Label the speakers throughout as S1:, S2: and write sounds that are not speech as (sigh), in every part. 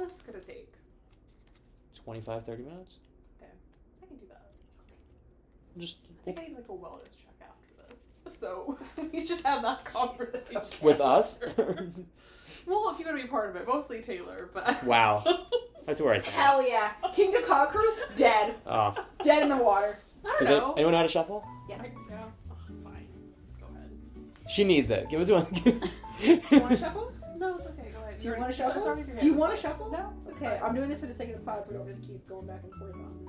S1: this is gonna take?
S2: 25, 30 minutes?
S1: I can do that.
S2: Just
S1: I think I need like a wellness check after this. (laughs) So we should have that conversation.
S2: with us?
S1: (laughs)
S2: (laughs)
S1: Well, if you're gonna be part of it, mostly Taylor, but (laughs)
S2: wow. That's where I stand.
S3: Hell yeah. King to Conqueror, dead.
S2: Oh.
S3: Dead in the water.
S1: I
S2: Does
S1: don't
S2: it,
S1: know.
S2: anyone know how to shuffle?
S1: I, yeah. Ugh, fine. Go
S3: (laughs)
S1: ahead.
S2: She needs it. Give it to
S1: Do you (laughs) want to
S2: him.
S1: shuffle? No, it's okay. Go ahead.
S3: Do you
S1: You're-
S3: want to
S1: it's
S3: shuffle?
S1: already been
S3: Do you
S1: done.
S3: want
S1: (laughs)
S3: to shuffle?
S1: No. it's
S3: Okay,
S1: fine.
S3: I'm doing this for the sake of the pod, so we don't just keep going back and forth on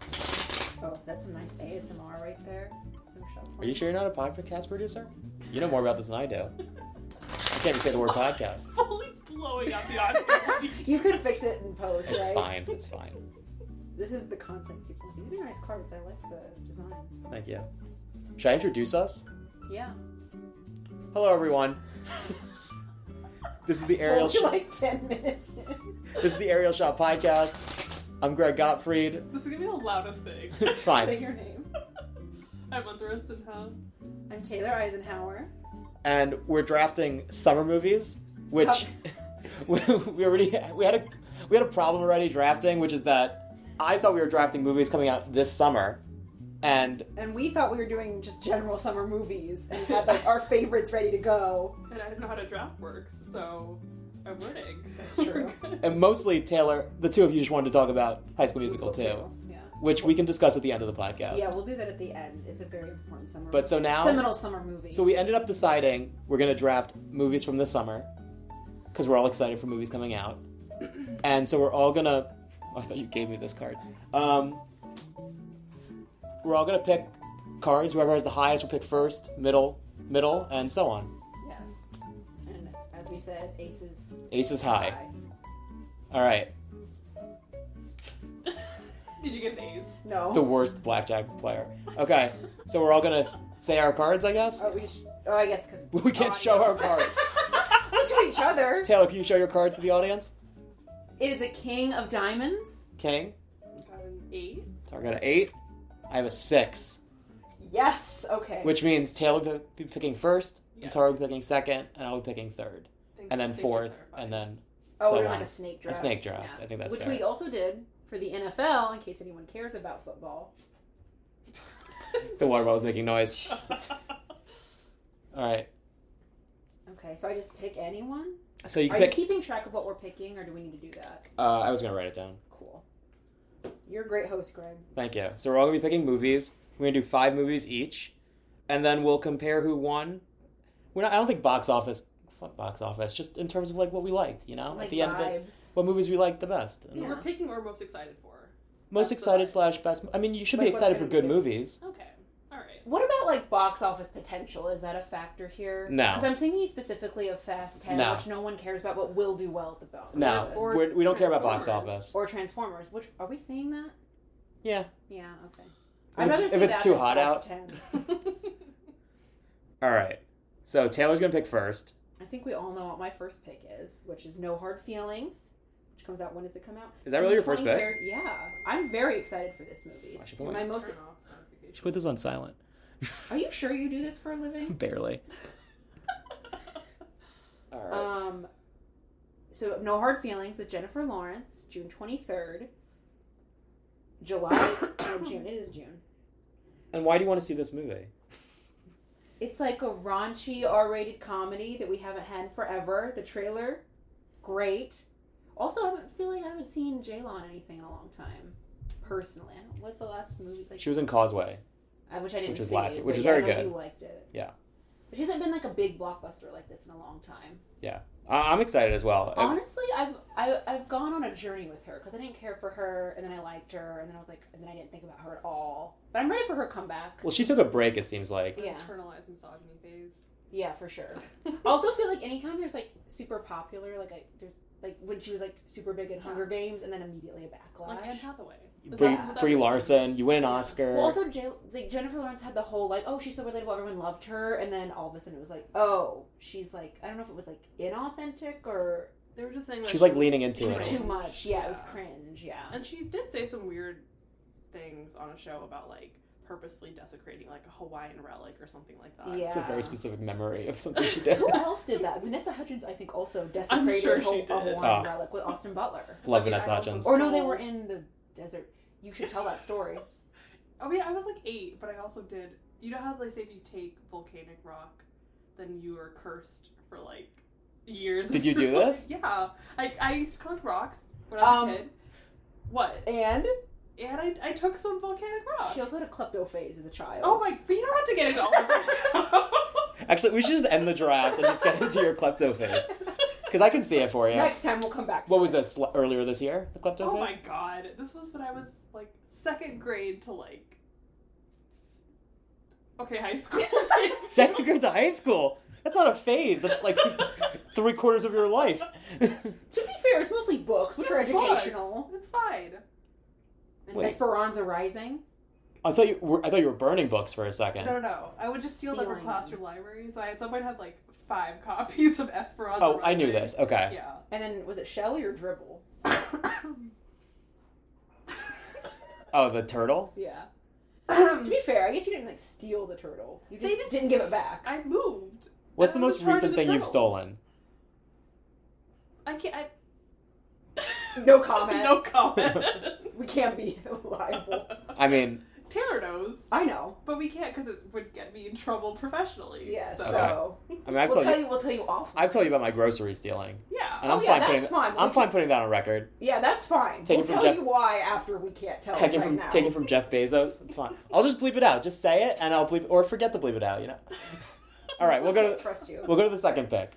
S3: this. Oh, that's some nice ASMR right there. Some shuffling.
S2: Are you sure you're not a podcast producer? You know more about this than I do. I can't even say the word podcast.
S3: (laughs)
S1: fully blowing up the audio. (laughs)
S3: You could fix it in post,
S2: It's
S3: right?
S2: fine. It's fine.
S3: This is the content people see. These are nice cards. I like the design.
S2: Thank you. Should I introduce us?
S3: Yeah.
S2: Hello, everyone. this is the Aerial.
S3: Only
S2: Sh-
S3: like 10 minutes in.
S2: this is the Aerial Shot podcast. I'm Greg Gottfried.
S1: this is gonna be the loudest
S2: (laughs)
S1: thing. (laughs)
S2: It's
S3: Say
S2: fine.
S3: your name.
S1: I'm Anthra Sinha.
S3: I'm Taylor Eisenhower.
S2: And we're drafting summer movies, which (laughs) we we already we had a we had a problem already drafting, which is that I thought we were drafting movies coming out this summer, and
S3: And we thought we were doing just general summer movies and had like our favorites ready to go.
S1: and I don't know how to draft works, so I'm learning.
S3: That's true.
S2: and mostly Taylor, the two of you just wanted to talk about High School Musical too,
S3: Yeah.
S2: which we can discuss at the end of the podcast.
S3: Yeah, we'll do that at the end. It's a very important summer
S2: But so now-
S3: seminal summer movie.
S2: So we ended up deciding we're going to draft movies from this summer because we're all excited for movies coming
S3: (clears throat)
S2: out. and so we're all going to. I thought you gave me this card. Um, we're all going to pick cards. Whoever has the highest will pick first, middle, middle, and so on.
S3: yes. And as we said, aces
S2: Ace is high. All right.
S1: (laughs) Did you get an ace?
S3: No.
S2: The worst blackjack player. Okay. So we're all going to say our cards, I guess?
S3: oh, we sh- oh, I guess because
S2: (laughs) We can't show our
S3: (laughs)
S2: cards.
S3: to each other.
S2: Taylor, can you show your card to the audience?
S3: It is a king of diamonds.
S2: King.
S1: Got an eight.
S2: So I got an eight. I have a six.
S3: Yes. Okay.
S2: Which means Taylor will be picking first,
S1: Yeah.
S2: and Tara will be picking second, and I'll be picking third,
S1: Thanks-
S2: and then
S1: thanks for
S2: fourth,
S1: clarifying.
S2: and then
S3: oh,
S2: so
S3: we're doing
S2: on.
S3: like a snake
S2: a
S3: draft.
S2: snake draft.
S1: Yeah.
S2: I think that's
S3: Which
S2: fair.
S3: we also did for the NFL, in case anyone cares about football.
S2: (laughs) (laughs) The water bottle was making
S3: (laughs)
S2: noise. All right,
S3: Okay, so I just pick anyone.
S2: so you
S3: Are
S2: can pick.
S3: you keeping track of what we're picking, or do we need to do that?
S2: uh, I was gonna write it down.
S3: Cool. You're a great host, Greg.
S2: Thank you. So we're all gonna be picking movies. We're gonna do five movies each, and then we'll compare who won. We're not. I don't think box office. Fuck box office. Just in terms of like what we liked, you know,
S3: like
S2: at the end of it,
S3: vibes.
S2: what movies we liked the best. And
S1: So
S3: Yeah.
S1: we're picking what we're most excited for. That's
S2: Most
S1: the
S2: excited
S1: vibe.
S2: slash best. I mean, you should
S3: Like,
S2: be
S3: what's
S2: excited for
S3: gonna
S2: good
S3: be good?
S2: movies.
S1: Okay. All right. (laughs)
S3: What about like box office potential? Is that a factor here?
S2: No.
S3: because I'm thinking specifically of Fast Ten,
S2: No.
S3: which no one cares about, but will do well at the box
S2: No,
S3: office.
S2: we're, we don't care about box
S1: Transformers.
S2: office.
S3: or Transformers. Which are we seeing that?
S2: Yeah.
S3: Yeah, okay.
S2: If it's- if it's too hot out.
S3: 10.
S2: All right. So Taylor's gonna pick first.
S3: I think we all know what my first pick is, which is No Hard Feelings, which comes out when does it come out?
S2: Is that really
S3: June
S2: your first pick?
S3: 23rd. Yeah, I'm very excited for this movie.
S2: I should put
S3: my
S2: my-
S3: most.
S1: Turn off notifications.
S2: Should (laughs) put this on silent.
S3: Are you sure you do this for a living?
S2: Barely. All right.
S3: Um, so No Hard Feelings with Jennifer Lawrence, June 23rd. July,
S2: (coughs)
S3: no, June. It is June.
S2: and why do you want to see this movie?
S3: It's like a raunchy R-rated comedy that we haven't had in forever. The trailer, great. Also, I haven't feel like I haven't seen Jalon anything in a long time. Personally, I don't- what's the last movie like?
S2: She was in Causeway.
S3: I which I didn't
S2: which was
S3: see,
S2: last year, which
S3: but
S2: was
S3: yeah, I
S2: very
S3: know
S2: good.
S3: You liked it,
S2: Yeah.
S3: But she hasn't been like a big blockbuster like this in a long time.
S2: I- I'm excited as well. I-
S3: Honestly, I've I, I've gone on a journey with her because I didn't care for her, and then I liked her, and then I was like, and then I didn't think about her at all. But I'm ready for her comeback.
S2: well, she took a break. It seems like.
S3: Yeah,
S1: Internalized misogyny phase.
S3: yeah, for sure. I also feel like anytime there's like super popular, like I, there's like when she was like super big in Hunger Games, and then immediately a backlash.
S1: Like Anne Hathaway. This
S2: Brie,
S1: happens with
S2: Brie
S1: everything.
S2: Larson, you win an Oscar.
S3: Well, also J- like Jennifer Lawrence had the whole like, oh, she's so relatable, everyone loved her, and then all of a sudden it was like, oh, she's like, I don't know if it was like inauthentic or
S1: They were just saying
S2: She's like
S1: she was-
S2: leaning into
S3: it was
S2: it.
S3: too much. Yeah, it was cringe. Yeah,
S1: And she did say some weird things on a show about like purposely desecrating like a Hawaiian relic or something like that.
S3: Yeah.
S2: It's a very specific memory of something she
S3: (laughs)
S2: did. (laughs)
S3: Who else did that? Vanessa Hudgens, I think, also desecrated
S1: sure
S3: a
S1: she
S3: Ho- a
S1: did.
S3: Hawaiian
S2: Oh.
S3: relic with Austin (laughs) Butler.
S2: Love
S1: I mean,
S2: Vanessa
S1: I also-
S2: Hudgens.
S3: Or no, they were
S1: So-
S3: in the desert. You should tell that story.
S1: Oh yeah, I was like eight, but I also did. You know how they say if you take volcanic rock, then you are cursed for like years.
S2: Did you do this?
S1: (laughs) yeah, I, I used to collect rocks when I was
S3: Um,
S1: a kid. What?
S3: And
S1: And I, I took some volcanic rock.
S3: she also had a klepto phase as a child.
S1: Oh my! But you don't have to get into all
S3: (laughs)
S1: this.
S2: Actually, we should just end the draft and just get into your klepto phase. Because I can see it for you.
S3: Next time we'll come back. To
S2: What was
S3: it?
S2: this l- earlier this year? The klepto
S1: oh my
S2: phase?
S1: god! This was when I was like second grade to like. Okay, high
S3: (laughs)
S1: school.
S2: Second (laughs) grade to high school. That's not a phase. That's like (laughs) three quarters of your life. (laughs)
S3: To be fair, it's mostly books, which are
S1: It's books.
S3: educational.
S1: It's fine.
S3: And
S2: Wait.
S3: Esperanza Rising.
S2: I thought you were, I thought you were burning books for a second.
S1: No, no, no. I would just steal them
S3: Stealing
S1: from classroom libraries. I at some point had like five (laughs) copies of Esperanza.
S2: Oh, I knew
S1: Rising.
S2: this. Okay.
S1: Yeah. (coughs)
S3: And then was it Shelley or Dribble?
S2: Oh, the turtle?
S3: Yeah. to be fair, I guess you didn't like steal the turtle. You
S1: They
S3: just,
S1: just-
S3: didn't give it back.
S1: I moved.
S2: What's the
S1: And I was
S2: most
S1: in charge of
S2: recent
S1: the
S2: thing you've
S1: turtles.
S2: stolen?
S1: I can't. I...
S3: (laughs) No
S1: (laughs)
S3: comment.
S1: no comment.
S3: We can't be (laughs) liable.
S2: I mean,
S1: Taylor knows,
S3: I know.
S1: but we can't because it would get me in trouble professionally.
S3: Yeah. So,
S1: So
S2: I mean, I've
S3: we'll
S2: told
S3: tell
S2: you,
S3: you. We'll tell you off.
S2: I've told you about my grocery stealing,
S1: yeah.
S2: and I'm
S3: Oh, yeah,
S2: fine.
S3: that's
S2: putting,
S3: fine.
S2: I'm
S3: We
S2: fine putting that on record.
S3: Yeah, that's fine.
S2: Take
S3: we'll
S2: it from
S3: tell
S2: Jeff-
S3: you why after we can't tell
S2: Take
S3: it
S2: it
S3: right
S2: from
S3: now.
S2: take it from Jeff Bezos. It's fine. I'll just bleep it out. Just say it, and I'll bleep or forget to bleep it out. You know. All right, we'll
S3: I
S2: go
S3: can't
S2: to
S3: trust you.
S2: we'll go to the second pick.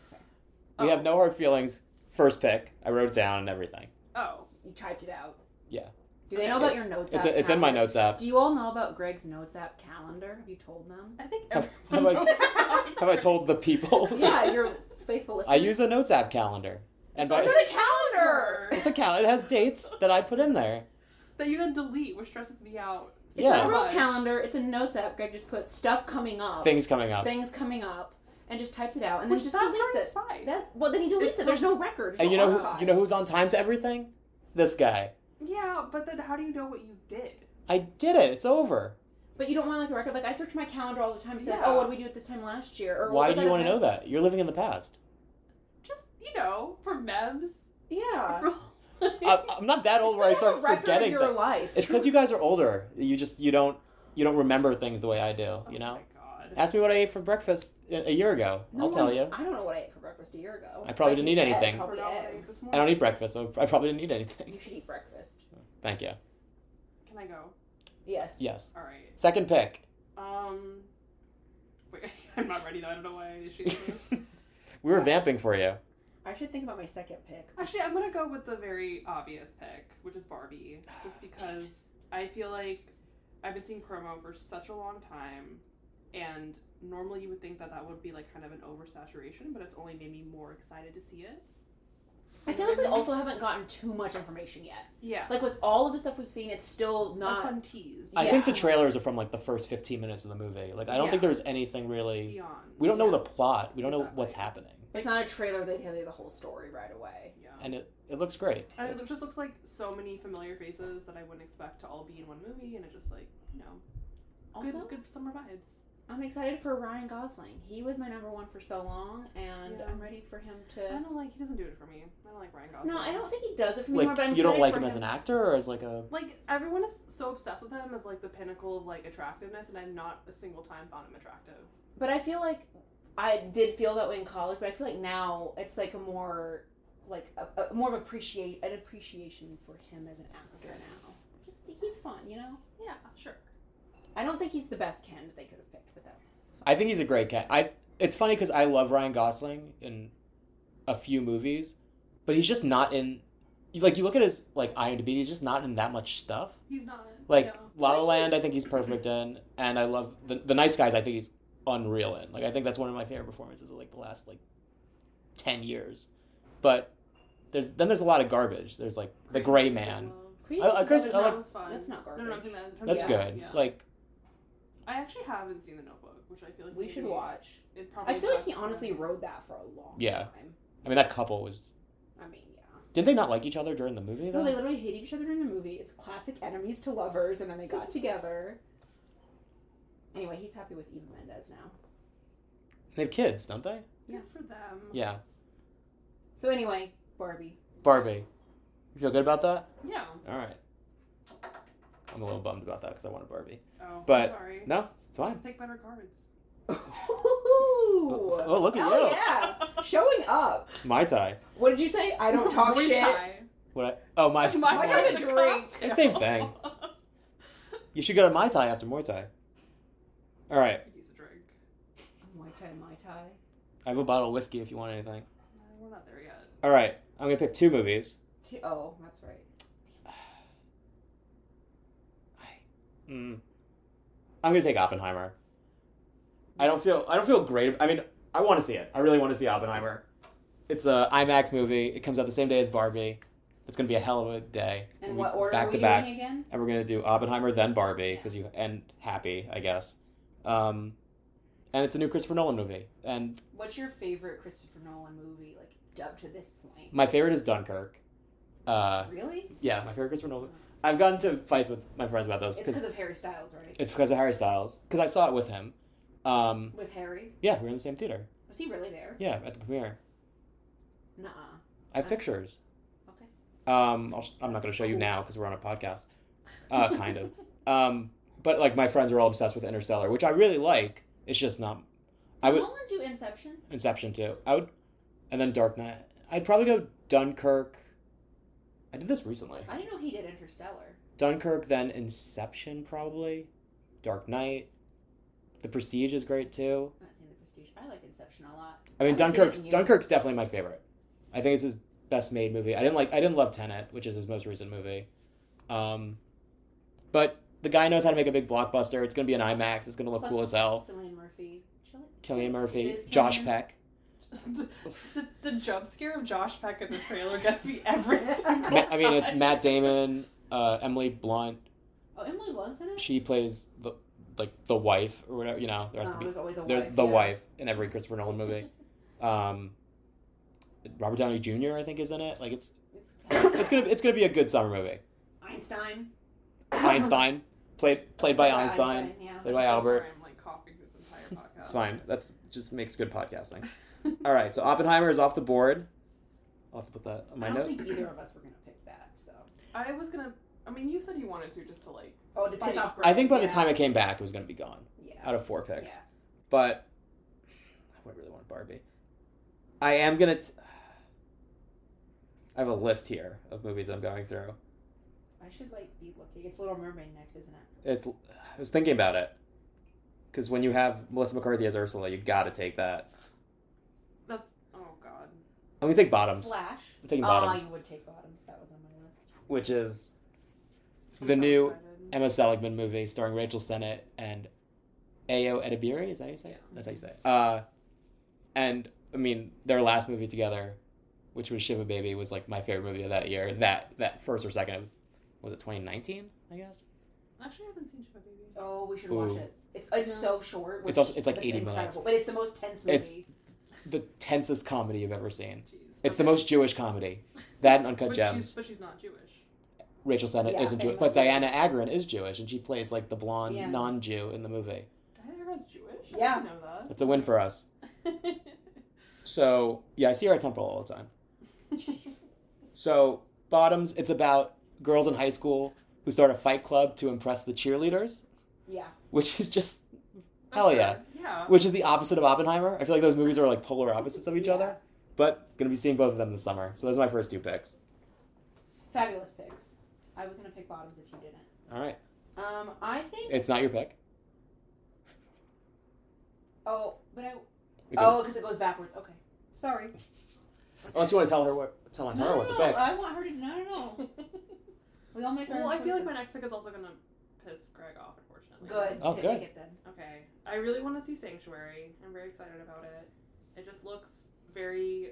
S2: We have no hard feelings. First pick. I wrote it down and everything.
S1: Oh.
S3: You typed it out.
S2: Yeah.
S3: Do they know about your notes
S2: It's
S3: app?
S2: it's in my
S3: calendar?
S2: notes app.
S3: Do you all know about Greg's notes app calendar? Have you told them?
S1: I think
S2: Have-
S1: everyone
S2: have I-
S1: knows about
S2: Have I
S1: it.
S2: told the people?
S3: (laughs) Yeah, your faithful listeners.
S2: I use a notes app calendar, and by,
S3: It's on a calendar.
S2: it's a cal. It has dates that I put in there.
S1: (laughs) that you then delete, which stresses me out.
S3: It's
S2: Yeah.
S3: not
S1: so
S3: a real
S1: much.
S3: calendar. It's a notes app. Greg just put stuff coming up,
S2: Things coming up.
S3: things coming up, and just types it out, and
S1: Which
S3: then just
S1: that
S3: deletes
S1: part is
S3: it.
S1: fine.
S3: That, well, then he deletes
S1: It's
S3: it. There's
S1: so-
S3: no record. There's
S2: And
S3: no
S2: you know
S3: archive.
S2: who you know who's on time to everything? This guy.
S1: Yeah, but then how do you know what you did?
S2: I did it. It's over.
S3: But you don't want like a record. Like I search my calendar all the time. Say, like,
S1: Yeah.
S3: oh, what did we do at this time last year? Or
S2: Why
S3: what
S2: do you want to know that? You're living in the
S3: (laughs)
S2: past.
S1: Just you know, for memes.
S2: Uh,
S1: (laughs)
S3: Yeah.
S2: I, I'm not that old where I
S3: It's good to have
S2: start
S3: a record
S2: forgetting
S3: of your
S2: things.
S3: life.
S2: It's because you guys are older. You just you don't you don't remember things the way I do. You know.
S1: Oh my god.
S2: Ask me what I ate for breakfast a a year ago.
S3: No
S2: I'll
S3: one-
S2: tell you.
S3: I don't know what I ate for breakfast a year ago.
S2: I probably didn't eat
S3: But you did.
S2: anything.
S3: Probably
S1: Forgot what I ate
S3: eggs.
S1: this
S2: I
S1: morning.
S2: don't eat breakfast, so I probably didn't eat anything. (laughs)
S3: You should eat breakfast.
S2: Thank you.
S1: Can I go?
S3: Yes.
S2: Yes.
S1: All right.
S2: Second pick.
S1: Um. Wait, (laughs) I'm not ready though. I don't know why I initiated this.
S2: (laughs) we were vamping for you.
S3: I should think about my second pick.
S1: Actually, I'm gonna go with the very obvious pick, which is Barbie,
S2: (sighs)
S1: just because I feel like I've been seeing promo for such a long time, and normally you would think that that would be like kind of an oversaturation, but it's only made me more excited to see it.
S3: I feel like we also haven't gotten too much information yet.
S1: Yeah,
S3: Like with all of the stuff we've seen, it's still
S1: a
S3: not
S1: fun tease.
S2: I think the
S3: Yeah.
S2: trailers are from like the first 15 minutes of the movie. Like I don't think
S1: Yeah.
S2: there's anything really.
S1: Beyond.
S2: We don't know
S3: Yeah.
S2: the plot. We don't know
S1: Exactly.
S2: what's happening,
S3: it's not a trailer that tell you the whole story right away.
S1: Yeah.
S2: and it it looks great.
S1: And it just looks like so many familiar faces that I wouldn't expect to all be in one movie, and it just like you know,
S3: Also,
S1: good, good summer vibes.
S3: I'm excited for Ryan Gosling. He was my number one for so long, and
S1: Yeah.
S3: I'm ready for him
S1: I
S3: to.
S1: don't like he doesn't do it for me. I don't like Ryan Gosling.
S3: No, I don't think he does it for me anymore.
S2: Like
S3: But I'm
S2: you don't
S3: excited
S2: like
S3: for
S2: him as an actor or as like a
S1: Like everyone is so obsessed with him as like the pinnacle of like attractiveness, and I've not a single time found him attractive.
S3: But I feel like I did feel that way in college, but I feel like now it's like a more like a, a more of appreciate an appreciation for him as an actor now. Just think he's fun, you know.
S1: Yeah, sure.
S3: I don't think he's the best candidate they could have picked, but that's
S2: I think he's a great cat. I it's funny because I love Ryan Gosling in a few movies, but he's just not in. you- Like you look at his like IMDb, he's just not in that much stuff.
S1: He's not
S2: Like
S1: yeah.
S2: La La
S3: Like,
S2: Land,
S3: he's-
S2: I think he's perfect in, and I love the the Nice Guys. I think he's unreal in. Like I think that's one of my favorite performances of like the last like ten years. But there's then there's a lot of garbage. There's like The Gray Man.
S3: crazy.
S2: I- I- Chris-
S3: that's,
S2: I
S3: not,
S2: like-
S1: was fun.
S3: that's not
S1: No,
S3: garbage.
S1: no, I'm thinking that in terms
S2: That's
S1: of-
S2: good.
S1: Yeah.
S2: Like
S1: I actually haven't seen The Notebook, which I feel like
S3: we should
S1: maybe
S3: watch.
S1: It probably
S3: I feel like he
S1: costs-
S3: honestly rode that for a long
S2: Yeah.
S3: time.
S2: I mean that couple was.
S3: I mean, yeah.
S2: Did they not like each other during the movie though?
S3: No, they literally hated each other during the movie. It's classic enemies to lovers, and then they got together. Anyway, he's happy with Eva Mendes now.
S2: They have kids, don't they?
S1: Good for them.
S2: Yeah.
S3: So anyway, Barbie.
S2: Barbie. You feel good about that?
S1: Yeah.
S2: All right. I'm a little bummed about that because I wanted Barbie.
S1: Oh,
S2: But-
S1: sorry.
S2: No, it's
S1: Let's
S2: fine.
S1: pick better cards.
S3: Ooh.
S2: Oh, look at
S3: Hell
S2: you.
S3: yeah. Showing up.
S2: My tie.
S3: What did you say?
S2: (laughs)
S3: I don't talk
S1: Muay
S3: shit.
S1: Thai.
S2: What? I,
S1: (laughs)
S2: oh, my.
S1: Muay
S3: Muay
S1: Thai
S3: Thai's
S1: is
S3: a
S1: a (laughs)
S3: drink.
S1: cocktail.
S2: Same thing. You should go to my tie after Muay Thai. All right.
S1: He's a drink.
S3: Muay Thai, Muay Thai.
S2: I have a bottle of whiskey if you want anything.
S1: No, we're not there yet. (laughs)
S2: All right. I'm gonna pick two movies.
S3: T- oh, that's right.
S2: Mm. I'm gonna take Oppenheimer. I don't feel I don't feel great. I mean, I want to see it. I really want to see Oppenheimer. It's a IMAX movie. It comes out the same day as Barbie. It's gonna be a hell of a day.
S3: And
S2: We-
S3: what order
S2: back
S3: are we
S2: to
S3: doing
S2: back,
S3: again?
S2: and we're gonna do Oppenheimer then Barbie because you and Happy, I guess. Um, and it's a new Christopher Nolan movie, and
S3: What's your favorite Christopher Nolan movie, like up to this point?
S2: my favorite is Dunkirk. Uh,
S3: Really?
S2: yeah, my favorite Christopher Nolan. I've gotten to fights with my friends about this
S3: It's
S2: because
S3: because of Harry Styles, right?
S2: it's because of Harry Styles because I saw it with him. Um,
S3: With Harry.
S2: Yeah, we were in the same theater.
S3: Was he really there?
S2: Yeah, at the premiere.
S3: Nuh
S2: I have
S3: Okay.
S2: pictures.
S3: Uh-huh. Okay.
S2: Um, I'll, sh- I'm not going to show you now because we're on a
S3: (laughs)
S2: podcast. Uh, kind of. Um, but like my friends are all obsessed with Interstellar, which I really like. It's just not. I would
S3: Nolan do Inception?
S2: Inception too. I would, and then Dark Knight. I'd probably go Dunkirk. I did this recently.
S3: I didn't know he did Interstellar.
S2: Dunkirk, then Inception, probably. Dark Knight. The Prestige is great too.
S3: I'm not saying the Prestige. I like Inception a lot.
S2: I mean,
S3: haven't seen it
S2: Dunkirk's
S3: in years.
S2: Dunkirk's definitely my favorite. I think it's his best made movie. I didn't like I didn't love Tenet, which is his most recent movie. Um, but the guy knows how to make a big blockbuster. It's gonna be an IMAX. It's gonna look
S3: Plus,
S2: cool as hell.
S3: Cillian Murphy. Chill-
S2: Killian
S3: It
S2: Murphy,
S3: is
S2: Josh
S3: Cillian.
S2: Peck.
S1: the, the jump scare of Josh Peck in the trailer gets me
S3: (laughs)
S1: every single
S2: Ma- (laughs) I mean, it's
S1: time.
S2: Matt Damon, uh, Emily Blunt.
S3: Oh, Emily Blunt's in it.
S2: She plays the like the wife or whatever. You know, there has
S3: oh,
S2: to be
S3: there's always a
S2: they're
S3: wife.
S2: the
S3: yeah.
S2: wife in every Christopher Nolan movie. (laughs) Um, Robert Downey Jr. I think is in it. Like it's
S3: It's
S2: (coughs) it's gonna it's gonna be a good summer movie.
S3: (laughs) Einstein.
S2: Einstein, played played by
S3: Yeah,
S2: Einstein,
S3: Yeah.
S2: played by
S1: I'm so
S2: Albert.
S1: Sorry, I'm like coughing this entire podcast.
S2: (laughs) It's fine. That's just makes good podcasting.
S3: (laughs)
S2: All right, so Oppenheimer is off the board. I'll have to put that on my
S3: I don't
S2: notes.
S3: think either of us were gonna pick that. So.
S1: I was gonna. I mean, you said you wanted to just to like.
S3: Oh, to piss
S1: spite-
S3: off. Greg.
S2: I think by
S3: yeah.
S2: the time it came back, it was going to be gone
S3: Yeah.
S2: out of four picks.
S3: Yeah.
S2: But I would really want Barbie. I am gonna. T- I have a list here of movies I'm going through.
S3: I should like be looking. It's Little Mermaid next, isn't it?
S2: It's. I was thinking about it because when you have Melissa McCarthy as Ursula, you got to take that.
S1: That's. Oh God.
S2: I'm gonna take Bottoms.
S3: Flash.
S2: I'm taking Bottoms,
S3: Oh, you would take Bottoms. That was on my list.
S2: which is
S1: I'm
S2: The
S1: so
S2: new-
S1: excited.
S2: Emma Seligman movie starring Rachel Sennett and Ayo Edibiri. Is that how you say it?
S1: Yeah.
S2: That's how you say it. Uh, and I mean, their last movie together, which was Shiva Baby, was like my favorite movie of that year. That that first or second, of- was it 2019? I guess
S1: Actually, I haven't seen Shiva Baby.
S3: Oh, we should
S2: Ooh.
S3: watch it. It's it's so short. Which,
S2: It's also- it's like
S3: but
S2: 80
S3: incredible.
S2: minutes.
S3: but it's the most tense movie.
S2: It's- the tensest comedy you've ever seen.
S1: Jeez.
S2: It's the most Jewish comedy. That and Uncut
S1: But she's,
S2: Gems.
S1: but she's not Jewish.
S2: Rachel Sennett
S3: Yeah,
S2: isn't Jewish, but
S3: famously.
S2: Diana Agron is Jewish, and she plays like the blonde
S3: Yeah.
S2: non-Jew in the movie.
S1: Diana Ross Jewish.
S3: Yeah.
S1: I didn't know
S2: It's a win for us.
S1: that.
S2: So yeah, I see her at Temple all the time.
S1: (laughs)
S3: (laughs)
S2: So, Bottoms, it's about girls in high school who start a fight club to impress the cheerleaders,
S3: yeah.
S2: which is just,
S1: I'm
S2: Hell yeah.
S1: sorry. (laughs) Yeah.
S2: which is the opposite of Oppenheimer. I feel like those movies are like polar opposites of each
S3: Yeah.
S2: other. But gonna be seeing both of them this summer. So those are my first two picks.
S3: Fabulous picks. I was gonna pick Bottoms if you didn't.
S2: All right,
S3: Um, I think.
S2: it's not your pick.
S3: oh, but I.
S2: We can-
S3: Oh, because it goes backwards. Okay. Sorry.
S2: Unless you want to tell her what, tell Antara
S3: no,
S2: what to
S3: no, uh,
S2: pick.
S3: I want her to. No, no, (laughs) no. We all make our
S1: well,
S3: own
S1: I feel like my
S3: choices.
S1: next pick is also gonna piss Greg off, unfortunately.
S3: Good.
S2: Oh,
S3: Take
S2: good.
S3: it then.
S1: Okay. I really want to see Sanctuary. I'm very excited about it. It just looks very.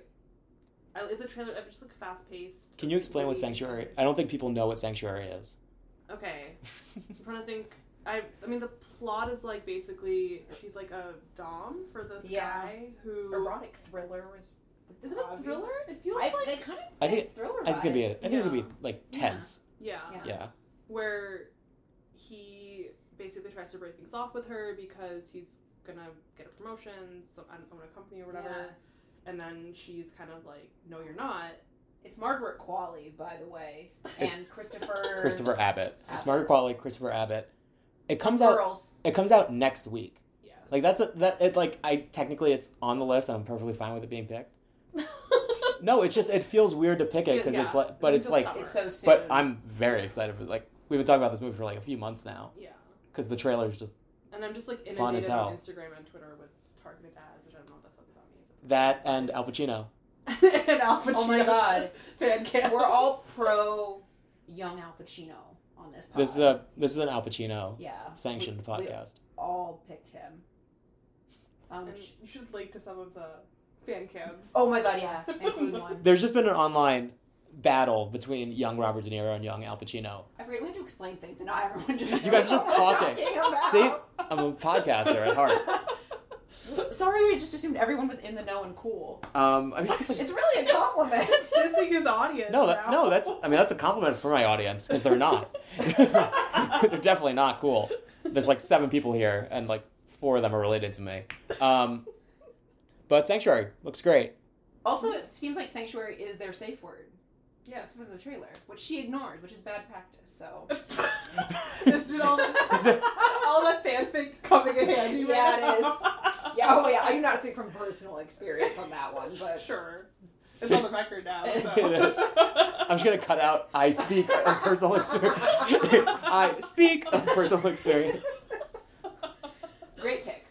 S1: I, it's a trailer. It just looks fast paced.
S2: Can you explain what Sanctuary? I don't think people know what Sanctuary is. (laughs)
S1: Okay. I'm trying to think. I, I mean, the plot is like basically she's like a dom for this
S3: Yeah.
S1: guy who.
S3: Erotic thriller was.
S1: Is it a thriller? It feels
S3: I,
S1: like.
S3: they kind of.
S2: I think
S3: have thriller.
S2: I think it's gonna be. A, I
S3: vibes.
S2: think it's gonna be like
S3: Yeah.
S2: tense.
S1: Yeah.
S2: Yeah.
S3: Yeah.
S1: Where he basically tries to break things off with her because he's gonna get a promotion, some I don't own a company or whatever. And then she's kind of like, "No, you're not."
S3: It's Margaret Qualley, by the way, and
S2: It's-
S3: Christopher.
S2: Christopher Abbott. It's
S3: Abbott.
S2: Margaret Qualley, Christopher Abbott. It comes out.
S3: Girls.
S2: It comes out next week.
S1: Yes.
S2: Like that's a, that. It like I technically it's on the list, and I'm perfectly fine with it being picked. No, it's just it feels weird to pick it because it's
S1: Yeah.
S2: like, but
S1: It
S2: it's
S1: feels
S2: like,
S1: summer.
S3: it's so soon.
S2: but I'm very excited for like we've been talking about this movie for like a few months now
S1: (laughs) yeah.
S2: because the trailer's just
S1: And I'm just like
S2: as
S1: inundated
S2: hell.
S1: on Instagram and Twitter with targeted ads, which I don't know what that says about me.
S2: that and Al Pacino.
S1: (laughs) and Alpha.
S3: Oh my god,
S1: (laughs) fan cam.
S3: we're all pro young Al Pacino on this. Pod.
S2: This is a this is an Al Pacino
S3: yeah
S2: sanctioned
S3: We- we
S2: podcast.
S3: all picked him. Um,
S1: (laughs) And
S3: sh-
S1: you should link to some of the fan cams.
S3: oh my god, yeah, include one.
S2: There's just been an online battle between young Robert De Niro and young Al Pacino.
S3: I forget we had to explain things, and now everyone just
S2: You guys
S3: knows
S2: just
S3: what we're
S2: talking.
S3: about.
S2: See, I'm a podcaster at heart.
S3: Sorry, we just assumed everyone was in the know and cool.
S2: Um, I mean, it's like-
S3: It's really a compliment.
S1: It's (laughs) dissing his audience.
S2: no, that,
S1: now.
S2: no, that's I mean that's a compliment for my audience because they're not. (laughs) they're definitely not cool. There's like seven people here, and like four of them are related to me. Um, but Sanctuary looks great.
S3: (laughs) also, it seems like sanctuary is their safe word. That's
S1: Yes.
S3: from the trailer, which she ignored, which is bad practice. So
S1: Just did all, all that fanfic coming in handy.
S3: Yeah,
S1: right
S3: it
S1: now.
S3: (laughs)
S1: (laughs)
S3: yeah, oh yeah, I do not speak from personal experience on that one, but
S1: sure. It's on the record now. So.
S2: It is.
S1: (laughs)
S2: I'm just gonna cut out I speak of personal experience. (laughs) I speak of personal experience.
S3: great pick.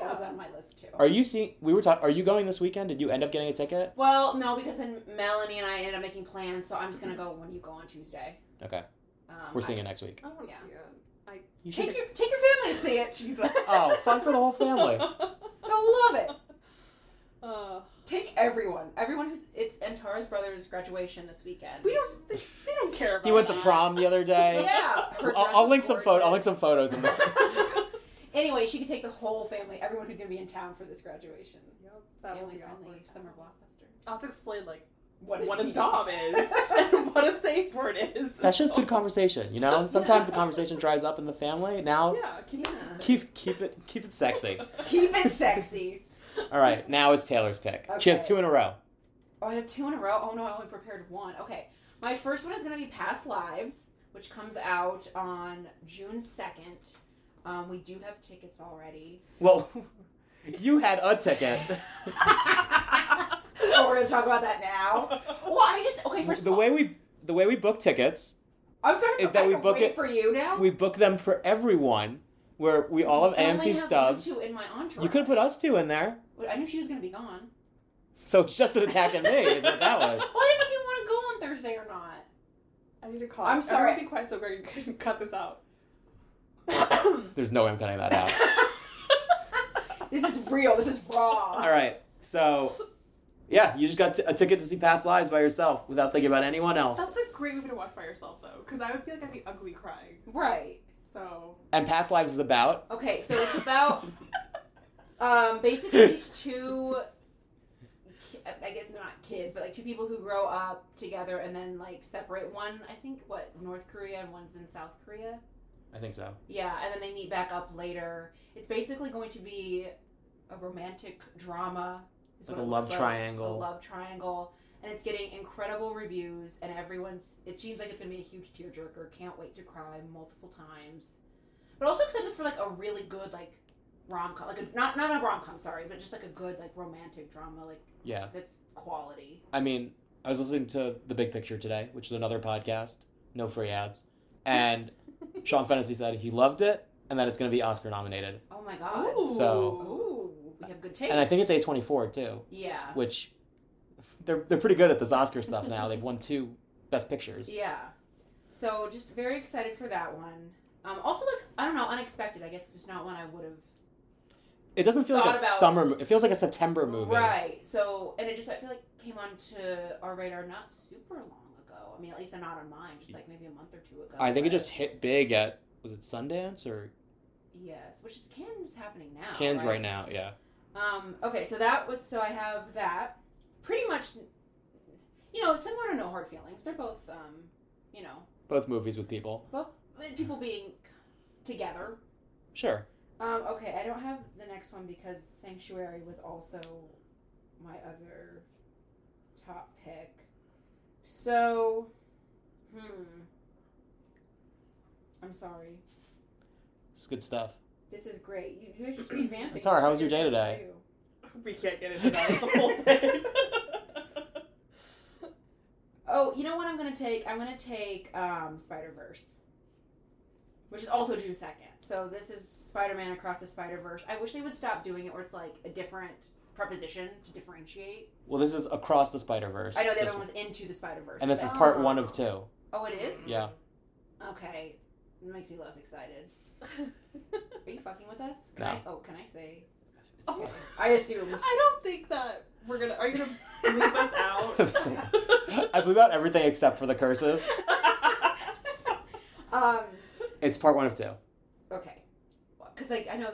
S3: That was
S1: Yeah.
S3: on my list too.
S2: Are you seeing? We were talking. Are you going this weekend? Did you end up getting a ticket?
S3: Well, no, because then Melanie and I ended up making plans, so I'm just gonna go when you go on Tuesday.
S2: Okay,
S3: Um,
S2: we're
S3: I-
S2: seeing it next week.
S1: I want to
S3: Yeah.
S1: see it.
S2: You should.
S3: Take your take your family to (laughs) see it.
S1: Jesus.
S2: Oh, fun for the whole family.
S3: They'll love it.
S1: (laughs) Uh,
S3: Take everyone. Everyone who's it's Antara's brother's graduation this weekend.
S1: we don't. They, they don't care about.
S2: He went to
S1: that. (laughs)
S2: prom the other day.
S3: Yeah. Her
S2: I'll,
S3: dress
S2: I'll
S3: is
S2: link some photo. I'll link
S3: gorgeous.
S2: some photos. In the-
S3: Anyway, she could take the whole family, everyone who's gonna be in town for this graduation.
S1: Yep, that will
S3: family
S1: be
S3: friendly
S1: awkward.
S3: summer blockbuster.
S1: I'll have to explain like
S3: What,
S1: what a
S3: he-
S1: dom
S3: (laughs)
S1: is (laughs) and what a safe word is.
S2: That's
S1: (laughs)
S2: just good conversation, you know. Sometimes the conversation dries up in the family. Now
S1: Yeah, keep it
S3: Yeah.
S1: interesting.
S2: keep keep it keep
S1: (laughs)
S2: it sexy.
S3: Keep it sexy.
S2: All right, now it's Taylor's pick. She has
S3: Okay.
S2: two in a row.
S3: Oh, I have two in a row. Oh no, I only prepared one. Okay, my first one is gonna be Past Lives, which comes out on June second. Um, we do have tickets already.
S2: Well, (laughs) you had a ticket.
S3: Oh, we're gonna talk about that now. Well, I just okay. First,
S2: the
S3: of all,
S2: way we the way we book tickets,
S3: I'm sorry,
S2: is that
S3: I
S2: we
S3: can
S2: book
S3: wait
S2: it-
S3: for you now.
S2: we book them for everyone. Where we all have
S3: I only
S2: AMC
S3: have
S2: stubs.
S3: You two in my entourage.
S2: You could have put us two in there.
S3: I knew she was gonna be gone.
S2: So it's just an attack on me, is what
S3: (laughs)
S2: that was.
S3: well, I didn't know if you want to go on Thursday or not.
S1: I need to call.
S3: I'm sorry.
S1: Everyone be quiet so Greg can (laughs) cut this out.
S2: There's no way I'm cutting that out.
S3: this is real. This is raw.
S2: All right. So, yeah, you just got t- a ticket to see Past Lives by yourself without thinking about anyone else.
S1: That's a great movie to watch by yourself though, because I would feel like I'd be ugly crying.
S3: Right.
S1: So
S2: And Past Lives is about.
S3: Okay. So it's about um, basically these two. ki- I guess not kids, but like two people who grow up together and then like separate. One, I think, what North Korea and one's in South Korea.
S2: (laughs) I think so.
S3: Yeah, and then they meet back up later. It's basically going to be a romantic drama. Is
S2: Like
S3: what
S2: a
S3: it
S2: love
S3: looks
S2: triangle.
S3: A love triangle. And it's getting incredible reviews, and everyone's. It seems like it's going to be a huge tearjerker. Can't wait to cry multiple times. But also excited for like a really good like rom com, like a, not not a rom com, sorry, but just like a good like romantic drama, like
S2: Yeah.
S3: that's quality.
S2: I mean, I was listening to The Big Picture today, which is another podcast, no free ads.
S3: (laughs)
S2: And Sean Fennessy said he loved it and that it's going to be Oscar nominated.
S3: Oh my god!
S2: So-
S3: Ooh, we have good taste.
S2: And I think it's A24 too,
S3: yeah,
S2: which they're, they're pretty good at this Oscar stuff now. They've won two Best Pictures.
S3: Yeah. So just very excited for that one. Um, also, like I don't know, unexpected. I guess it's just not one I would have.
S2: It doesn't feel like
S3: Thought
S2: a
S3: about-
S2: summer. mo- It feels like a September movie.
S3: Right. So, and it just I feel like came onto our radar not super long ago. I mean, at least not on mine. Just like maybe a month or two ago.
S2: I think it
S3: but-
S2: just hit big at was it Sundance or
S3: yes, which is Cannes happening now.
S2: Cannes right now? Yeah.
S3: Um, okay, so that was so I have that. Pretty much, you know, similar to No Hard Feelings. They're both, um, you know,
S2: Both movies with people.
S3: both people being together.
S2: Sure.
S3: Um, okay, I don't have the next one because Sanctuary was also my other top pick. So, hmm. I'm sorry.
S2: It's good stuff.
S3: This is great. You, you
S2: (clears throat)
S3: guys should be vamping.
S2: Tara, how
S3: That's
S2: was your day
S3: what you're supposed
S2: today?
S3: to do.
S1: We can't get into that. It's the
S2: (laughs)
S1: whole thing.
S3: Oh, you know what I'm gonna take? I'm gonna take um, Spider Verse, which is also June second. So this is Spider Man across the Spider Verse. I wish they would stop doing it where it's like a different preposition to differentiate.
S2: Well, this is across the Spider Verse.
S3: I know the other one was into the Spider Verse,
S2: and this is part
S4: Oh.
S2: one of two.
S3: oh, it is.
S2: Yeah.
S3: Okay, it makes me less excited. Are you fucking with us? Can
S2: No.
S3: I, oh, can I say?
S1: Oh.
S3: Okay. I (laughs) assumed.
S1: I don't think that we're gonna. Are you gonna bleep us
S2: (laughs)
S1: out?
S2: I blew out everything except for the curses.
S3: um.
S2: It's part one of two.
S3: Okay. Because like I know,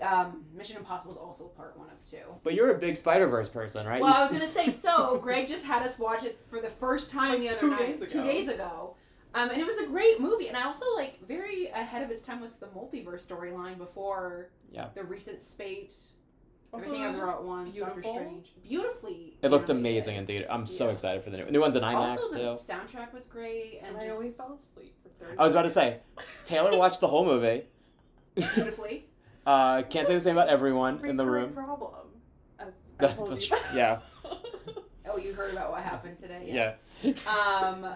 S3: um, Mission Impossible is also part one of two.
S2: But you're a big Spider Verse person, right?
S3: Well,
S2: You-
S3: I was gonna say so. Greg just had us watch it for the first time
S1: Like
S3: the other
S1: two
S3: night,
S1: days ago.
S3: (laughs) two days ago, um, and it was a great movie. And I also like very ahead of its time with the multiverse storyline before
S2: Yeah.
S3: the recent spate.
S1: Also,
S3: everything
S1: it was
S3: ever at once. Doctor
S1: beautiful.
S3: Strange, beautifully.
S2: It looked
S3: animated.
S2: amazing in theater. I'm so
S3: Yeah.
S2: excited for the new, new one's in IMAX
S3: Also, the
S2: too.
S3: soundtrack was great and
S1: And I always
S3: (laughs) just
S1: fell asleep for 30
S2: I was about to say, Taylor watched the whole
S3: (laughs)
S2: movie.
S3: beautifully.
S2: uh, can't say the same about everyone in the
S1: Recurring
S2: room.
S1: problem. As I told
S2: That's-
S1: you.
S2: yeah,
S3: Oh, you heard about what happened today?
S2: yeah.
S3: um,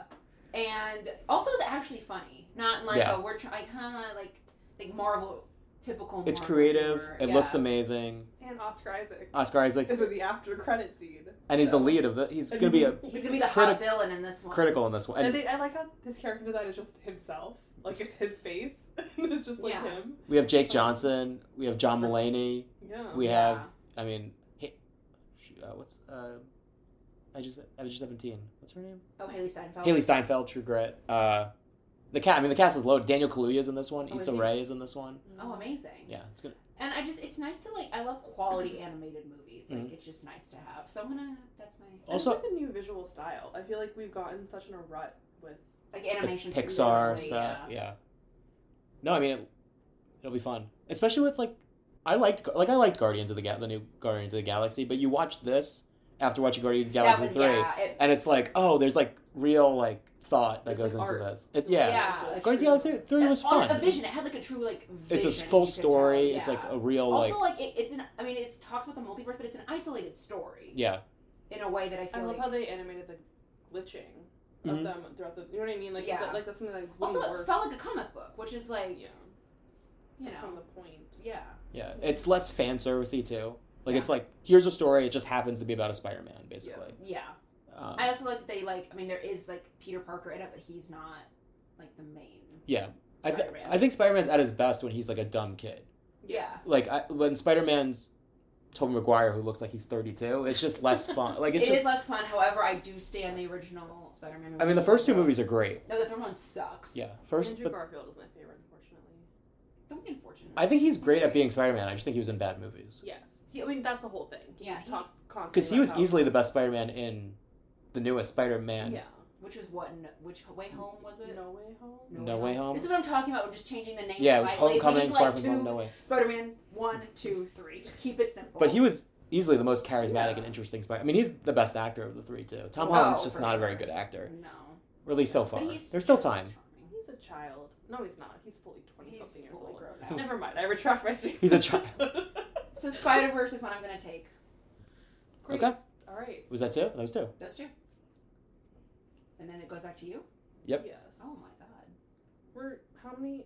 S3: and also it's actually funny, not like
S2: Yeah.
S3: a we're trying like huh like like Marvel typical.
S2: It's
S3: Marvel
S2: creative.
S3: humor.
S2: It
S3: Yeah.
S2: looks amazing.
S1: (laughs) and Oscar Isaac
S2: Oscar Isaac,
S1: is in the after credit scene.
S2: and he's the
S1: So-
S2: lead of the. He's
S1: And (laughs)
S2: gonna be a
S3: He's gonna be the
S2: Critic-
S3: hot villain in this one.
S2: critical in this one.
S1: And I,
S2: And
S1: think, I like how his character design is just himself. Like it's his face. (laughs) it's just like
S3: Yeah.
S1: him.
S2: we have Jake Johnson. We have John Mulaney.
S1: Yeah.
S2: We have. I mean, he, sh- uh, what's uh, I just I was just seventeen. What's her name?
S3: Oh, Haley Steinfeld.
S2: Haley Steinfeld, True Grit. Uh, the cat. I mean, the cast is loaded. Daniel Kaluuya is in this one.
S3: Oh, is
S2: Issa
S3: he?
S2: Rae is in this one.
S3: Oh, amazing.
S2: Yeah, it's good.
S3: And I just, it's nice to like, I love quality animated movies. Like,
S2: Mm-hmm.
S3: it's just nice to have. So I'm gonna, that's my,
S1: Also,
S2: Also-
S1: it's just a new visual style. I feel like we've gotten such in a rut with.
S3: like
S2: The
S3: animation.
S2: Pixar
S3: specifically,
S2: stuff. Yeah. No, I mean it, it'll be fun, especially with like I liked like I liked Guardians of the Ga- the new Guardians of the Galaxy, but you watch this after watching Guardians of the
S3: That
S2: Galaxy
S3: was,
S2: three,
S3: yeah. It,
S2: and it's like oh, there's like real like thought that
S1: There's,
S2: goes
S1: like,
S2: into
S1: art.
S2: this. It,
S3: yeah.
S2: yeah.
S1: That's
S2: Guardians of the Galaxy three was
S3: on
S2: fun.
S3: A vision. It had like a true like
S2: It's
S3: vision.
S2: a full
S3: you could
S2: story.
S3: tell,
S2: It's
S3: yeah.
S2: like a real
S3: also
S2: like
S3: like, it, it's an, I mean, it talks about the multiverse, but it's an isolated story
S2: yeah.
S3: in a way that I
S1: I
S3: feel
S1: love
S3: like.
S1: how they animated the glitching of
S2: Mhm.
S1: them throughout the. You know what I mean? Like,
S3: Yeah.
S1: that, like that's something that
S3: also,
S1: wouldn't
S3: it
S1: work.
S3: felt like a comic book, which is like,
S1: yeah,
S3: you
S1: That's kind
S3: know,
S1: of the point.
S3: yeah.
S2: Yeah, it's less fan servicey too. Like
S3: Yeah.
S2: it's like here's a story. It just happens to be about a Spider-Man, basically.
S3: Yeah.
S2: Um,
S3: I also like that they like. I mean, there is like Peter Parker in it, but he's not like the main.
S2: yeah, I, th-
S3: Spider-Man.
S2: I think Spider-Man's at his best when he's like a dumb kid.
S3: Yeah.
S2: Like I, when Spider-Man's Tobey Maguire, who looks like he's 32, it's just
S3: (laughs)
S2: less fun. Like it's
S3: It
S2: just.
S3: is less fun. However, I do stand the original Spider-Man.
S2: I mean, the first two movies are great.
S3: No, the third one sucks.
S2: Yeah, first,
S1: Andrew
S2: but
S1: Garfield is my favorite, unfortunately.
S3: Don't be unfortunate.
S2: I think he's great at being Spider-Man. I just think he was in bad movies
S1: Yes, he, I mean that's the whole thing. He
S3: Yeah, he-
S1: talks constantly
S2: because he
S1: about
S2: was
S1: how-
S2: easily the best Spider-Man in the newest Spider-Man.
S1: Yeah,
S3: which was what? No, which way home was it?
S1: No Way Home.
S2: No Way Home.
S3: This is what I'm talking about. We're just changing the name.
S2: Yeah, it was
S3: slightly. We
S2: Homecoming,
S3: need, like,
S2: Far From
S3: two,
S2: Home, No Way.
S3: Spider-Man one, two, three. Just keep it simple.
S2: But he was easily the most charismatic
S1: Yeah.
S2: and interesting Spider. I mean, he's the best actor of the three too. Tom
S3: Oh,
S2: Holland's just
S3: for
S2: not a very
S3: sure.
S2: good actor,
S3: no.
S2: or at least so far.
S3: But he's
S2: There's still
S3: he's
S2: time.
S3: charming.
S1: He's a child. No, he's not. He's fully twenty
S3: He's
S1: something years
S3: fully
S1: old.
S3: grown now.
S1: Never mind. I retract my statement.
S2: He's
S1: (laughs)
S2: a child.
S3: So Spider (laughs) Verse is what I'm gonna take.
S1: Great.
S2: Okay,
S1: All right.
S2: was that two? That was two.
S3: Those two. And then it goes back to you.
S2: Yep.
S1: Yes.
S3: Oh my god.
S1: We're how many?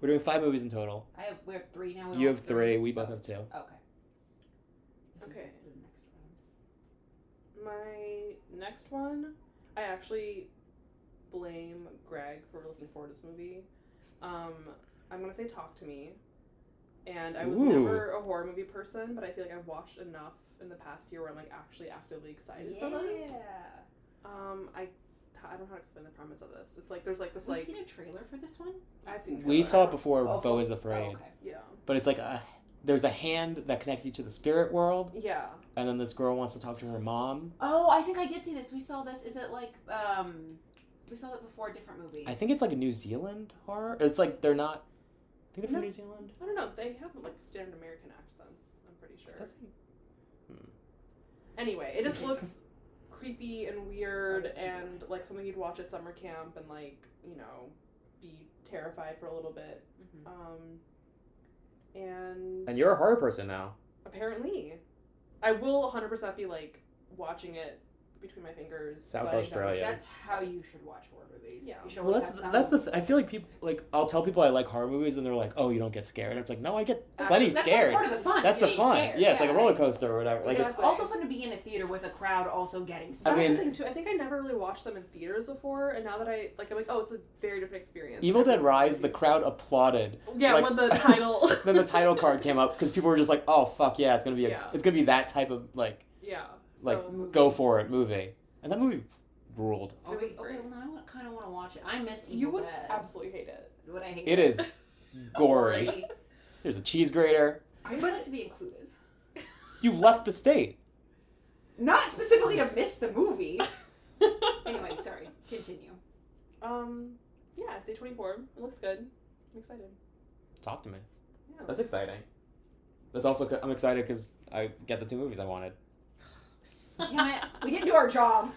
S2: We're doing five movies in total.
S3: I have we have three now. we
S2: You
S3: all
S2: have three. We both have two.
S3: Okay. This is
S1: Okay.
S3: the next one.
S1: My next one, I actually blame Greg for looking forward to this movie. Um, I'm gonna say Talk to Me, and I was
S2: Ooh.
S1: never a horror movie person, but I feel like I've watched enough in the past year where I'm like actually actively excited for this. Um, I I don't know how to explain the premise of this. It's like there's like this
S3: Have we
S1: like
S3: seen a trailer for this one?
S1: I've seen
S2: We
S1: trailer.
S2: saw it before. Bo
S3: Oh, for-
S2: is
S3: Oh,
S2: afraid,
S3: okay.
S1: Yeah,
S2: but it's like a there's a hand that connects you to the spirit world,
S1: yeah.
S2: and then this girl wants to talk to her mom.
S3: Oh, I think I did see this. We saw this. Is it like um, we saw it before a different movie?
S2: I think it's like a New Zealand horror. It's like they're not. think they're
S1: No.
S2: from New Zealand.
S1: I don't know. They have like standard American accents. I'm pretty sure. Anyway, it just looks creepy and weird
S5: Always
S1: and
S5: creepy.
S1: like something you'd watch at summer camp and like you know be terrified for a little bit.
S3: Mm-hmm.
S5: Mhm.
S1: Um, and
S2: And you're a horror person now.
S1: apparently, I will 100% be like watching it between my fingers.
S2: South
S1: sliding down-
S2: Australia.
S5: That's how you should watch horror movies.
S1: Yeah.
S5: You should
S2: Well,
S5: always
S2: that's
S5: have
S2: the,
S5: some-
S2: that's the. Th- I feel like people like I'll tell people I like horror movies, and they're like, "Oh, you don't get scared." And it's like, no, I get
S5: That's-
S2: plenty
S5: that's like
S2: scared.
S3: part of the fun.
S2: that's
S3: is
S2: the
S3: getting
S2: fun.
S3: scared.
S2: yeah, it's like a
S5: yeah.
S2: roller coaster or whatever. Like
S5: Yeah.
S2: it's
S5: Exactly.
S3: also fun to be in a theater with a crowd also
S2: I
S3: getting
S1: That's
S3: scared.
S2: mean-
S1: the thing too. I think I never really watched them in theaters before, and now that I like, I'm like, oh, it's a very different experience.
S2: Evil Dead Rise. The crowd applauded.
S1: Yeah,
S2: like-
S1: when the title.
S2: (laughs) then the title card came up because people were just like, "Oh fuck yeah, it's gonna be a,
S1: Yeah.
S2: it's gonna be that type of like
S1: (laughs) Yeah.
S2: like
S1: so,
S2: go for it movie." And that movie ruled.
S3: Oh,
S1: It was
S3: wait, okay,
S1: great.
S3: well now I kind of want to watch it. I missed Evil
S1: you would
S3: Dead.
S1: absolutely hate it.
S3: Would I hate
S2: It is gory.
S3: Gory.
S2: There's a cheese grater.
S5: I just
S1: But-
S5: like to be included.
S2: You left the state.
S5: Not specifically to miss the movie. (laughs)
S1: (laughs)
S3: anyway, sorry. Continue.
S1: Um. Yeah, it's day 24. It looks good. I'm excited.
S2: Talk to me.
S1: Yeah.
S2: That's exciting. That's also co- I'm excited because I get the two movies I wanted.
S3: Damn it.
S5: We didn't do our job.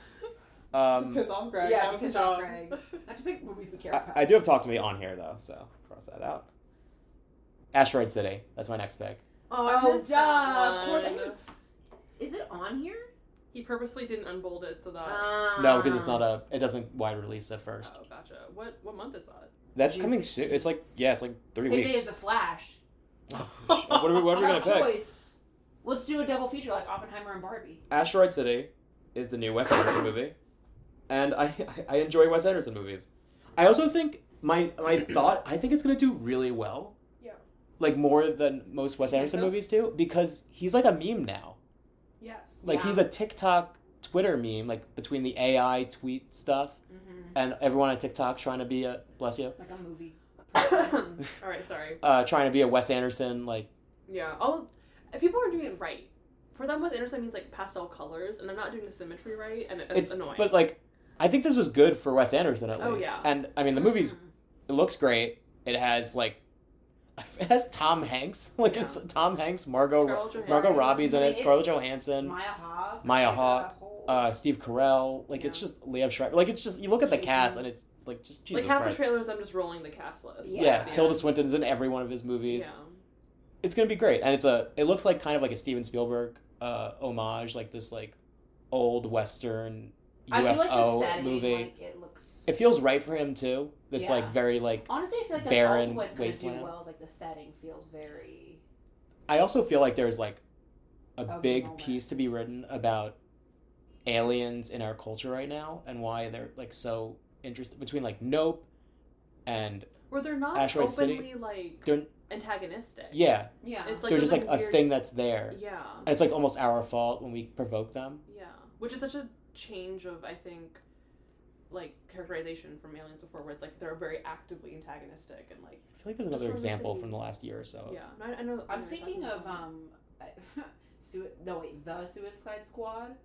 S1: to
S2: Um,
S1: piss off Greg.
S5: yeah,
S1: that
S5: to
S1: was
S5: piss
S1: the
S5: off
S1: job. (laughs)
S5: Greg. Not to pick movies we care
S2: I,
S5: about.
S2: I do have Talk to Me on here though, so cross that out. Asteroid City. That's my next pick.
S1: I
S3: Oh,
S1: missed
S3: duh.
S1: that
S3: Of course. I
S1: one.
S3: didn't. s- Is it on here?
S1: He purposely didn't unbold it so that.
S2: No, because it's not
S3: Ah.
S2: a. It doesn't wide release at first.
S1: Oh, gotcha. What what month is that?
S2: That's
S3: June
S2: coming soon. It's like yeah, it's like three
S3: Same
S2: weeks. (laughs) Oh,
S3: day as The Flash.
S2: what are we, what are we gonna
S3: (laughs) Tough
S2: pick?
S3: choice. Let's do a double feature like Oppenheimer and Barbie.
S2: Asteroid City is the new Wes Anderson movie, and I (laughs) I enjoy Wes Anderson movies. I also think my my thought I think it's gonna do really well.
S1: Yeah.
S2: Like more than most Wes
S3: You think
S2: Anderson
S3: so?
S2: movies do because he's like a meme now.
S1: Yes.
S2: Like
S3: Yeah.
S2: he's a TikTok Twitter meme. Like between the AI tweet stuff
S3: Mm-hmm.
S2: and everyone on TikTok trying to be a bless you
S3: Like a movie.
S2: (laughs)
S1: (laughs) All right. Sorry.
S2: uh, trying to be a Wes Anderson like
S1: Yeah. All if people are doing it right. For them, with Anderson means like pastel colors, and they're not doing the symmetry right, and it- it's, annoying.
S2: But like, I think this was good for Wes Anderson at least.
S1: Oh, yeah.
S2: And I mean, the
S3: (laughs)
S2: movie's it looks great. It has like, (laughs) it has Tom Hanks. (laughs) Like
S1: Yeah.
S2: it's Tom Hanks, Margot
S1: Scarlett Johansson.
S2: Margot
S5: Johansson.
S2: Robbie's in it,
S5: It's-
S2: Scarlett Johansson,
S5: Maya Hawk.
S2: Maya
S5: Like,
S2: Hawke,
S5: a whole-
S2: uh, Steve Carell. Like it's
S1: Yeah.
S2: just Liev Schreiber. Like it's just you look at the
S3: Jason.
S2: cast and it's like just Jesus
S1: like half
S2: Christ.
S1: the trailers, I'm just rolling the cast list.
S2: yeah,
S5: yeah.
S2: Tilda Swinton's in every one of his movies.
S1: Yeah.
S2: It's gonna be great, and it's a. It looks like kind of like a Steven Spielberg uh, homage, like this like old western UFO
S3: I do like the setting.
S2: movie.
S3: Like it looks.
S2: It feels right for him too. This
S3: Yeah.
S2: like very like
S3: Honestly, I feel like that's
S2: barren
S3: also what's going to do
S2: wasteland.
S3: well. Is like the setting feels very.
S2: I also feel like there's like a
S3: Of the
S2: big
S3: moment.
S2: piece to be written about aliens in our culture right now and why they're like so interested between like Nope and
S1: Where they're not
S2: Asteroid
S1: openly
S2: City.
S1: like
S2: They're-
S1: antagonistic.
S2: yeah,
S3: Yeah.
S1: It's like
S2: they're
S1: there's
S2: just like a
S1: weird-
S2: thing that's there.
S1: Yeah.
S2: And it's like almost our fault when we provoke them.
S1: Yeah, which is such a change of I think, like characterization from aliens before, where it's like they're very actively antagonistic and like
S2: I feel like there's
S1: Just
S2: another
S1: from the
S2: example
S1: city.
S2: from the last year or so.
S1: yeah. No, I, I know. I
S3: I'm
S1: know what you're
S3: thinking
S1: talking
S3: of
S1: about.
S3: um, (laughs) Su- no wait, the Suicide Squad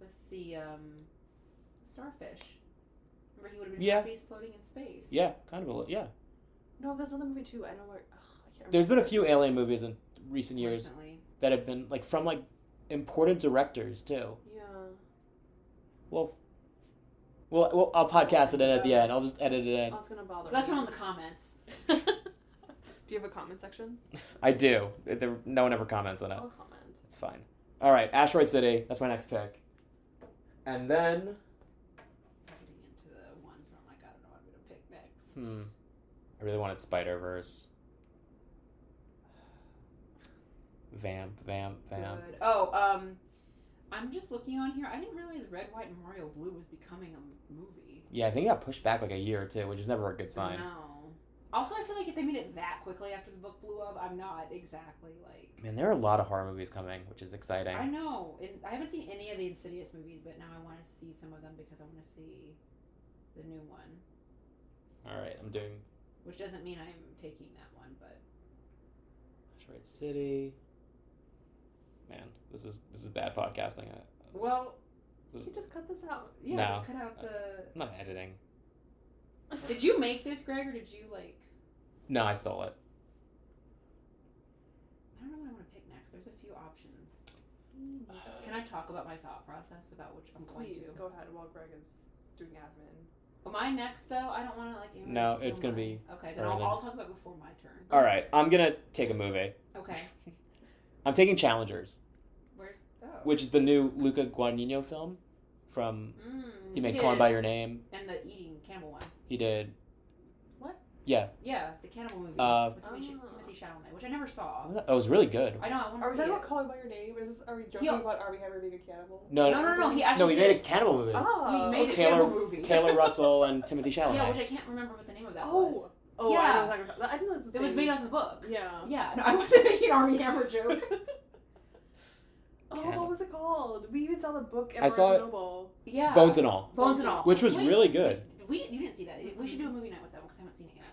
S3: with the um, starfish. Remember he would have been
S2: Yeah.
S3: happy he's floating in space.
S2: Yeah, kind of a little. Yeah.
S1: no, there's another movie too. I know where. Ugh, I can't
S2: There's been
S1: remember.
S2: a few alien movies in recent years
S3: Recently.
S2: that have been like from like important directors too. (laughs)
S1: Yeah,
S2: Well, well I'll podcast it in at the end. I'll just edit it in.
S1: I was Oh, gonna bother.
S3: Let us
S1: me.
S3: know in the comments.
S1: (laughs) Do you have a comment section?
S2: I do. There, no one ever comments on it.
S1: I'll comment.
S2: It's fine. All right, Asteroid City. That's my next pick. And then,
S3: I'm Getting into the ones where I'm like, I don't know what I'm gonna pick next.
S2: hmm, I really wanted Spider Verse. Vamp, vamp, vamp.
S3: Good. Oh, um, I'm just looking on here. I didn't realize Red, White, and Royal Blue was becoming a m- movie.
S2: Yeah, I think it got pushed back like a year or two, which is never a good sign.
S3: No. Also, I feel like if they made it that quickly after the book blew up, I'm not exactly like.
S2: Man, there are a lot of horror movies coming, which is exciting.
S3: I know. And I haven't seen any of the Insidious movies, but now I want to see some of them because I want to see the new one.
S2: All right, I'm doing
S3: Which doesn't mean I'm taking that one, but
S2: Asteroid City. Man, this is this is bad podcasting. I-
S3: well,
S1: You can just cut this
S2: (laughs)
S1: out. (laughs)
S3: yeah.
S2: No.
S3: Just cut out the.
S2: I'm not editing.
S3: Did you make this, Greg, or did you like?
S2: No, I stole it.
S3: I don't know what I want to pick next. There's a few options. Can I talk about my thought process about which I'm going
S1: Please
S3: to?
S1: go ahead while Greg is doing admin.
S3: Well, my next though, I don't want to like. anyone
S2: No,
S3: steal
S2: it's gonna
S3: mine. Okay, then I'll,
S2: Erlen.
S3: I'll talk about it before my turn.
S2: All right, I'm gonna take a movie.
S3: Okay,
S2: I'm taking Challengers,
S3: where's oh?
S2: which is the new Luca Guadagnino film from
S3: Mm,
S2: He Made
S3: he
S2: Calling
S3: did.
S2: by Your Name.
S3: and the eating cannibal one.
S2: He did.
S3: Yeah, the cannibal movie
S2: Uh,
S3: with Timothy,
S1: Oh.
S3: Timothy Chalamet, which I never saw.
S2: Oh, it was really good.
S3: I know I want
S1: Are we
S3: to see it.
S1: talking about Calling by Your Name? Is are we joking
S3: Yeah.
S1: about Are We Ever Being a Cannibal?
S2: No,
S3: No,
S2: no,
S3: no, no. He actually
S2: no. He made a cannibal movie.
S1: Oh,
S3: he made a
S2: Taylor-
S3: cannibal movie.
S2: Taylor Russell and Timothy Chalamet.
S3: (laughs) Yeah, which I can't remember what the name of that was.
S1: Oh, oh, I know
S3: Yeah.
S1: what you're talking about. I think that's the
S3: It was
S1: same-
S3: made off the book.
S1: Yeah.
S3: Yeah, no, I wasn't making Army Hammer joke.
S1: (laughs) oh,
S2: Cannibal.
S1: what was it called? We even saw the book at
S2: I
S1: Barnes
S2: saw it-
S1: and Noble.
S3: Yeah,
S2: Bones and all,
S3: Bones and all,
S2: which was
S3: Wait,
S2: really good.
S3: We didn't, you didn't see that. We should do a movie night with that because I haven't seen it yet.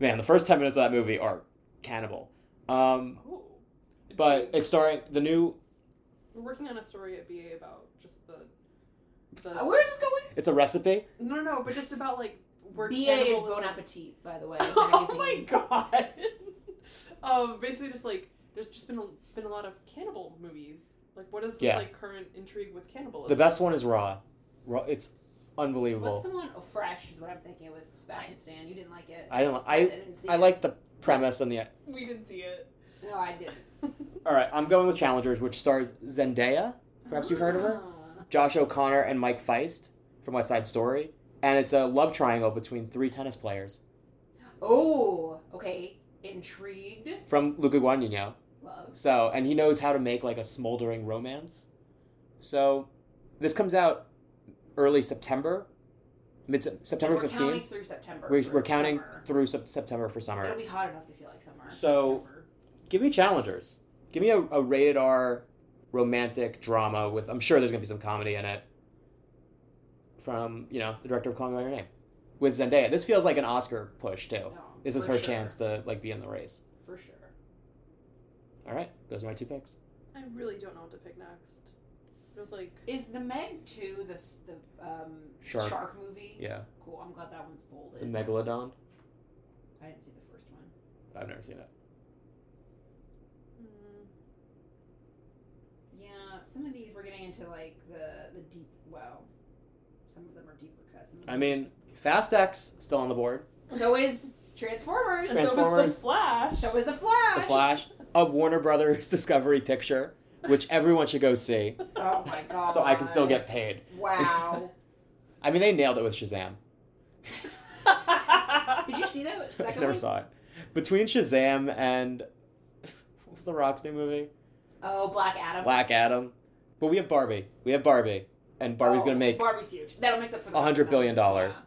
S2: Man, the first ten minutes of that movie are cannibal. Um,
S1: Oh.
S2: but it's starring the new.
S1: we're working on a story at BA about just the. the
S3: Uh, where is this going?
S2: It's a recipe.
S1: No, no, no, but just about like where
S3: BA is
S1: cannibalism- (laughs)
S3: Bon Appetit, by the (laughs) way.
S1: oh
S3: magazine.
S1: my god. (laughs) um, basically, just like there's just been a, been a lot of cannibal movies. Like, what is this
S2: Yeah.
S1: like current intrigue with cannibalism?
S2: The best one is Raw. Raw. It's unbelievable.
S3: What's the one? Oh, fresh is what I'm thinking with Sebastian Stan. You didn't like it.
S2: I don't.
S3: I
S2: I
S3: didn't see
S2: I
S3: it.
S2: like the premise and the.
S1: we didn't see it.
S3: No, I didn't.
S2: All right, I'm going with Challengers, which stars Zendaya. Perhaps you've heard of her. Josh O'Connor and Mike Feist from West Side Story, and it's a love triangle between three tennis players
S3: (laughs) Oh, okay. Intrigued.
S2: from Luca Guadagnino.
S3: Love.
S2: So, and he knows how to make like a smoldering romance. So, this comes out early September, mid September
S3: we're counting
S2: fifteenth.
S3: through September.
S2: We're,
S3: for
S2: we're counting
S3: summer.
S2: through sep- September for summer.
S3: It'll be hot enough to feel like summer.
S2: So, give me challengers. Give me a, a rated R romantic drama with. I'm sure there's gonna be some comedy in it. From you know the director of Calling by Your Name, with Zendaya. This feels like an Oscar push too.
S3: No,
S2: oh, This is
S3: for
S2: her
S3: sure.
S2: chance to like be in the race.
S3: for sure.
S2: All right, those are my two picks.
S1: I really don't know what to pick next. It was like
S3: Is the Meg two the s- the um,
S2: Shark.
S3: movie?
S2: Yeah,
S3: Cool. I'm glad that one's
S2: the
S3: bolded.
S2: Megalodon.
S3: I didn't see the first one.
S2: I've never seen it.
S1: mm,
S3: Yeah, some of these we're getting into like the the deep well. Some of them are deeper cuts. some of
S2: I
S3: them
S2: mean, Fast X still on the board.
S3: So is Transformers.
S1: so was
S2: Transformers.
S1: the Flash. (laughs)
S3: So is the Flash.
S2: The Flash, a Warner Brothers (laughs) Discovery picture, which everyone should go see,
S3: Oh my god.
S2: (laughs) so I can still get paid.
S3: Wow.
S2: I mean, they nailed it with Shazam.
S3: Did you see that
S2: (laughs)
S3: second
S2: I never
S3: one?
S2: saw it. Between Shazam and (laughs) what was the Rock's new movie?
S3: Oh, Black Adam.
S2: Black Adam. But we have Barbie. We have Barbie, and Barbie's
S3: Oh,
S2: gonna make.
S3: Barbie's huge. That'll mix up for the
S2: A hundred
S3: rest of
S2: billion
S3: them.
S2: dollars.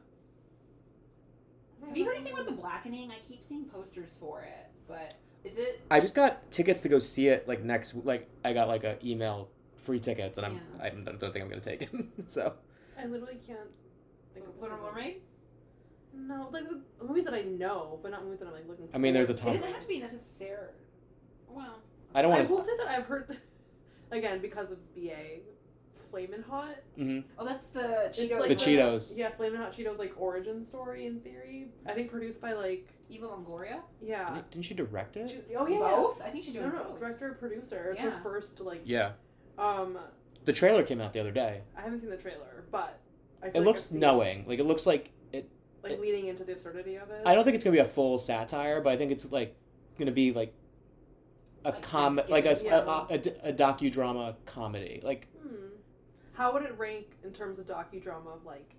S3: Yeah. Have you heard anything about the blackening? I keep seeing posters for it, but is it?
S2: I just got tickets to go see it. Like next, like I got like a email free tickets, and I'm
S3: Yeah.
S2: I don't don't think I'm gonna take it. (laughs) so
S1: I literally can't think of a
S3: Little
S1: single-
S3: Mermaid?
S1: No, like the movies that I know, but not movies that I'm like looking.
S2: I mean, there's a
S1: forward
S2: ton.
S3: It
S1: to.
S3: doesn't have to be necessary. Well,
S2: I don't
S1: I
S2: want
S1: will
S2: (laughs) to.
S1: say that I've heard, (laughs) again, because of BA, Flamin' Hot.
S3: oh, that's the
S1: It's
S3: Cheetos.
S1: like
S2: Mm-hmm. The Cheetos.
S1: Yeah, Flamin' Hot Cheetos like origin story in theory. I think produced by like
S3: Evil Longoria.
S1: yeah.
S2: Didn't- Didn't she direct it?
S1: She- oh yeah,
S3: both. I think she's
S1: yeah.
S3: doing
S1: No, no,
S3: both.
S1: director producer. It's
S3: Yeah.
S1: her first like.
S2: Yeah.
S1: Um,
S2: The trailer came out the other day.
S1: I haven't seen the trailer, but I feel
S2: It
S1: like
S2: looks
S1: I've seen-
S2: knowing. Like it looks like it.
S1: like leaning into the absurdity of it.
S2: I don't think it's gonna be a full satire, but I think it's like gonna be like a
S3: Like
S2: com like a,
S3: Thanksgiving,
S2: a, a, a docudrama comedy. Like
S1: Hmm. How would it rank in terms of docudrama of like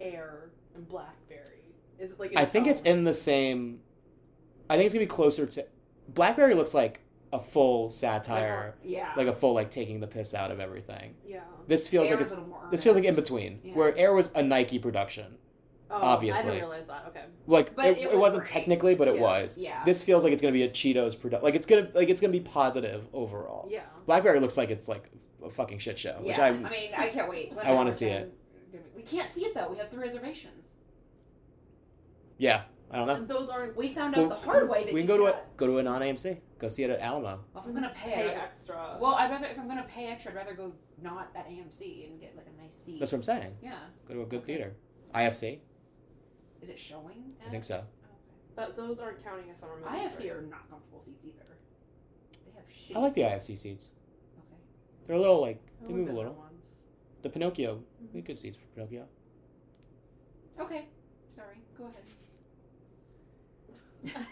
S1: Air and Blackberry? Is it like
S2: I think it's
S1: tone?
S2: in the same. I think it's gonna be closer to Blackberry. Looks like a full satire,
S3: uh, Yeah.
S2: like a full like taking the piss out of everything.
S1: yeah.
S2: This feels
S3: Air
S2: like
S3: is
S2: it's
S3: a little more
S2: this feels like in
S3: earnest.
S2: between,
S3: Yeah.
S2: where Air was a Nike production.
S1: Oh, I
S2: Obviously.
S1: didn't realize that. Okay.
S2: Like
S3: But
S2: it,
S3: it
S2: it,
S3: was
S2: was not
S3: great.
S2: technically, but it
S1: Yeah.
S2: was.
S3: Yeah.
S2: This feels like it's gonna be a Cheetos product. Like it's gonna like it's gonna be positive overall.
S1: Yeah.
S2: Blackberry looks like it's like a fucking shit show, which
S3: yeah.
S2: I
S3: mean, I can't wait.
S2: I wanna see it.
S3: We can't see it though. We have the reservations.
S2: yeah I don't know.
S1: And those aren't
S3: We found out
S2: Well,
S3: the hard way that
S2: We can
S3: you
S2: go to a
S3: cannot-
S2: go to a non AMC. Go see it at Alamo.
S3: Well, if I'm gonna pay,
S1: pay
S3: I'd-
S1: extra.
S3: well, I'd rather if I'm gonna pay extra, I'd rather go not at AMC and get like a nice seat.
S2: That's what I'm saying.
S3: yeah.
S2: Go to a good
S3: Okay.
S2: theater. IFC.
S3: Is it showing?
S2: I think so.
S1: that those aren't counting as summer movies.
S3: IFC
S1: right?
S3: are not comfortable seats either. have shitty.
S2: I like the
S3: seats.
S2: IFC seats.
S3: Okay.
S2: They're a little like
S1: I
S2: they
S1: would've
S2: move a
S1: been there
S2: little.
S1: once.
S2: The Pinocchio, we had good seats for Pinocchio.
S3: Okay. Sorry. Go ahead.
S1: (laughs)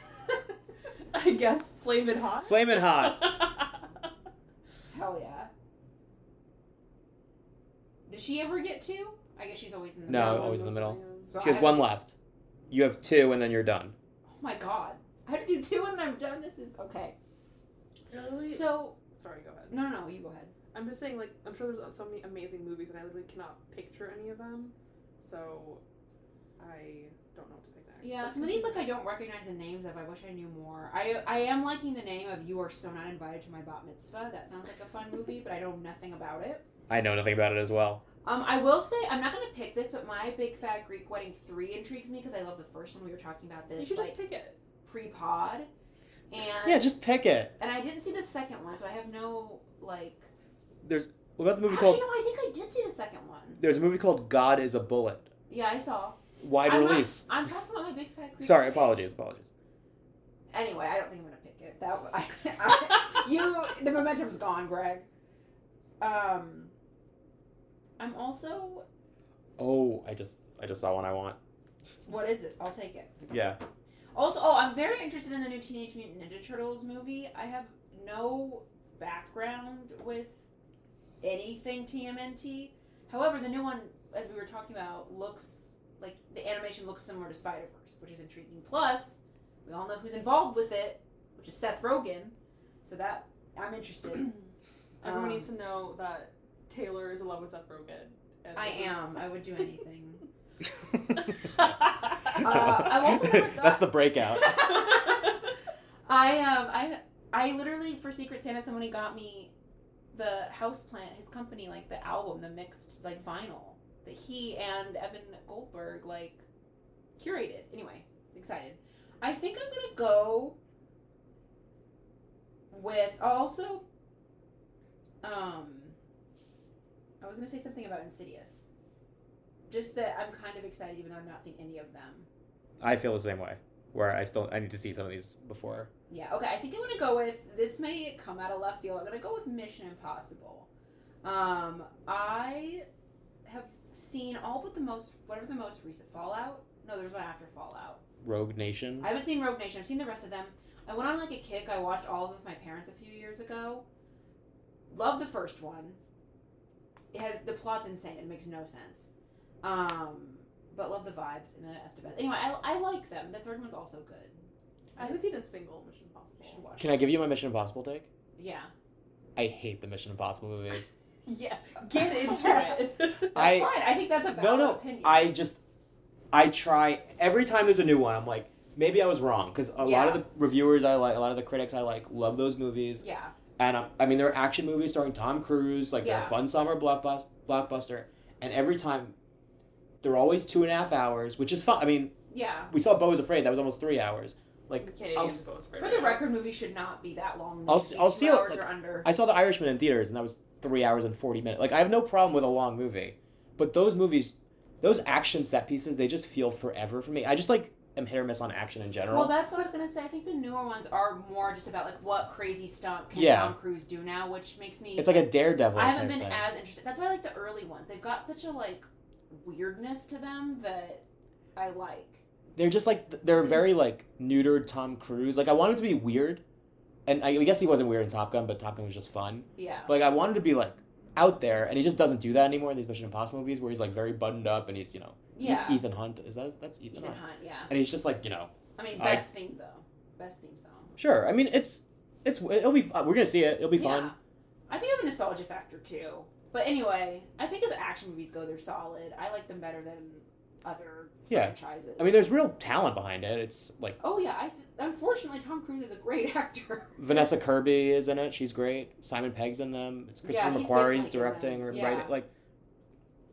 S1: I guess Flamin' Hot.
S2: Flamin' hot.
S1: (laughs)
S3: Hell yeah. Does she ever get two? I guess she's always in the
S2: No,
S3: middle.
S2: always in the middle.
S3: So
S2: She has
S3: I-
S2: one left. You have two, and then you're done.
S3: Oh my god. I have to do two and I'm done. This is okay.
S1: Really?
S3: So
S1: Sorry, go ahead.
S3: no, no, no. You go ahead.
S1: I'm just saying, like, I'm sure there's so many amazing movies, and I literally cannot picture any of them. So, I don't know what to pick next.
S3: Yeah, some of these like I don't recognize the names of. I wish I knew more. I I am liking the name of "You Are So Not Invited to My Bat Mitzvah." That sounds like a
S1: (laughs)
S3: fun movie, but I know nothing about it.
S2: I know nothing about it as well.
S3: Um, I will say I'm not gonna pick this, but my Big Fat Greek Wedding three intrigues me because I love the first one we were talking about
S1: you
S3: this
S1: should
S3: like
S1: just pick (laughs) it.
S3: pre pod, and
S2: Yeah, just pick it.
S3: and I didn't see the second one, so I have no like.
S2: There's what about the movie
S3: Actually,
S2: called?
S3: no, I think I did see the second one.
S2: There's a movie called God Is a Bullet.
S3: Yeah, I saw.
S2: Wide
S3: I'm not-
S2: release.
S3: I'm talking about my Big Fat Greek.
S2: Sorry,
S3: Wedding.
S2: apologies, apologies.
S3: Anyway, I don't think I'm gonna pick it. That I, (laughs) I,
S1: (laughs)
S3: (clears throat) you the momentum's gone, Greg. Um, I'm also
S2: Oh, I just I just saw one I want.
S3: what is it? I'll take it.
S2: Yeah.
S3: Also, oh, I'm very interested in the new Teenage Mutant Ninja Turtles movie. I have no background with anything TMNT. However, the new one, as we were talking about, looks like the animation looks similar to Spider Verse, which is intriguing. Plus, we all know who's involved with it, which is Seth Rogen. So that I'm
S1: (clears throat)
S3: interested.
S1: Everyone
S3: Um,
S1: needs to know that Taylor is in love with Seth Rogen. and
S3: I
S1: this is- (laughs) Uh,
S3: am. I would do anything. (laughs)
S1: I
S3: Uh,
S2: (laughs)
S3: also never thought-
S2: That's the breakout.
S3: (laughs) I um I I literally for Secret Santa somebody got me the houseplant his company like the album the mixed like vinyl that he and Evan Goldberg like curated. Anyway, excited. I think I'm gonna go with oh, also um I was gonna say something about Insidious. Just that I'm kind of excited even though I've not seen any of them.
S2: I feel the same way. Where I still I need to see some of these before.
S3: Yeah, okay. I think I'm gonna go with this may come out of left field. I'm gonna go with Mission Impossible. Um, I have seen all but the most whatever the most recent Fallout. No, there's one after Fallout.
S2: Rogue Nation.
S3: I haven't seen Rogue Nation. I've seen the rest of them. I went on like a kick. I watched all of them with my parents a few years ago. Love the first one. It has the plot's insane. It makes no sense. Um, but love the vibes and the Estevez. Anyway, I, I like them. The third one's also good.
S1: haven't seen a single Mission
S3: You should
S1: Impossible.
S3: watch.
S2: Can I give you my Mission Impossible take?
S3: yeah.
S2: I hate the Mission Impossible movies. (laughs)
S1: Yeah, get (laughs) into it.
S3: That's
S2: I
S3: fine. I think that's a
S2: no
S3: valid
S2: no.
S3: opinion.
S2: I just I try every time there's a new one. I'm like maybe I was wrong because a lot of
S3: Yeah.
S2: the reviewers I like, a lot of the critics I like, love those movies.
S3: yeah.
S2: and um, I mean they're action movies starring Tom Cruise, like they're
S3: Yeah.
S2: a fun summer blockbus- blockbuster, and every time they're always two and a half hours, which is fun. I mean,
S3: Yeah.
S2: we saw Bo is Afraid, that was almost three hours. Like
S1: Canadian
S2: I'll
S1: i
S2: s-
S3: For the record, movies should not be that long. They
S2: I'll
S3: should
S2: s-
S3: be
S2: I'll
S3: two
S2: see it,
S3: hours
S2: like-
S3: or under.
S2: I saw The Irishman in theaters, and that was three hours and forty minutes. Like I have no problem with a long movie, but those movies, those action set pieces, they just feel forever for me. I just like am hit or miss on action in general.
S3: well, that's what I was gonna say. I think the newer ones are more just about like what crazy stunt can
S2: Yeah.
S3: Tom Cruise do now, which makes me.
S2: it's like a Daredevil.
S3: I haven't
S2: type
S3: been
S2: thing.
S3: as interested. That's why I like the early ones. They've got such a like weirdness to them that I like.
S2: they're just like they're very like neutered Tom Cruise. Like I wanted to be weird, and I, I guess he wasn't weird in Top Gun, but Top Gun was just fun.
S3: Yeah.
S2: But like I wanted to be like out there, and he just doesn't do that anymore in these Mission Impossible movies, where he's like very buttoned up and he's you know E-
S3: Yeah.
S2: Ethan Hunt is that that's Ethan,
S3: Ethan
S2: Hunt,
S3: Hunt. Yeah.
S2: and he's just like you know
S3: I mean,
S2: I-
S3: best theme though. Best theme song.
S2: sure. I mean it's it's it'll be fun. we're gonna see it. It'll be fun.
S3: I think I have a nostalgia factor too. But anyway, I think as action movies go, they're solid. I like them better than other
S2: Yeah.
S3: franchises.
S2: I mean there's real talent behind it. It's like
S3: oh yeah. I th- unfortunately, Tom Cruise is a great (laughs) actor.
S2: Vanessa Kirby is in it. She's great. Simon Pegg's in them. It's Christopher
S3: Yeah, he's been,
S2: McQuarrie's
S3: like, in
S2: directing
S3: them.
S2: or
S3: Yeah.
S2: writing. Like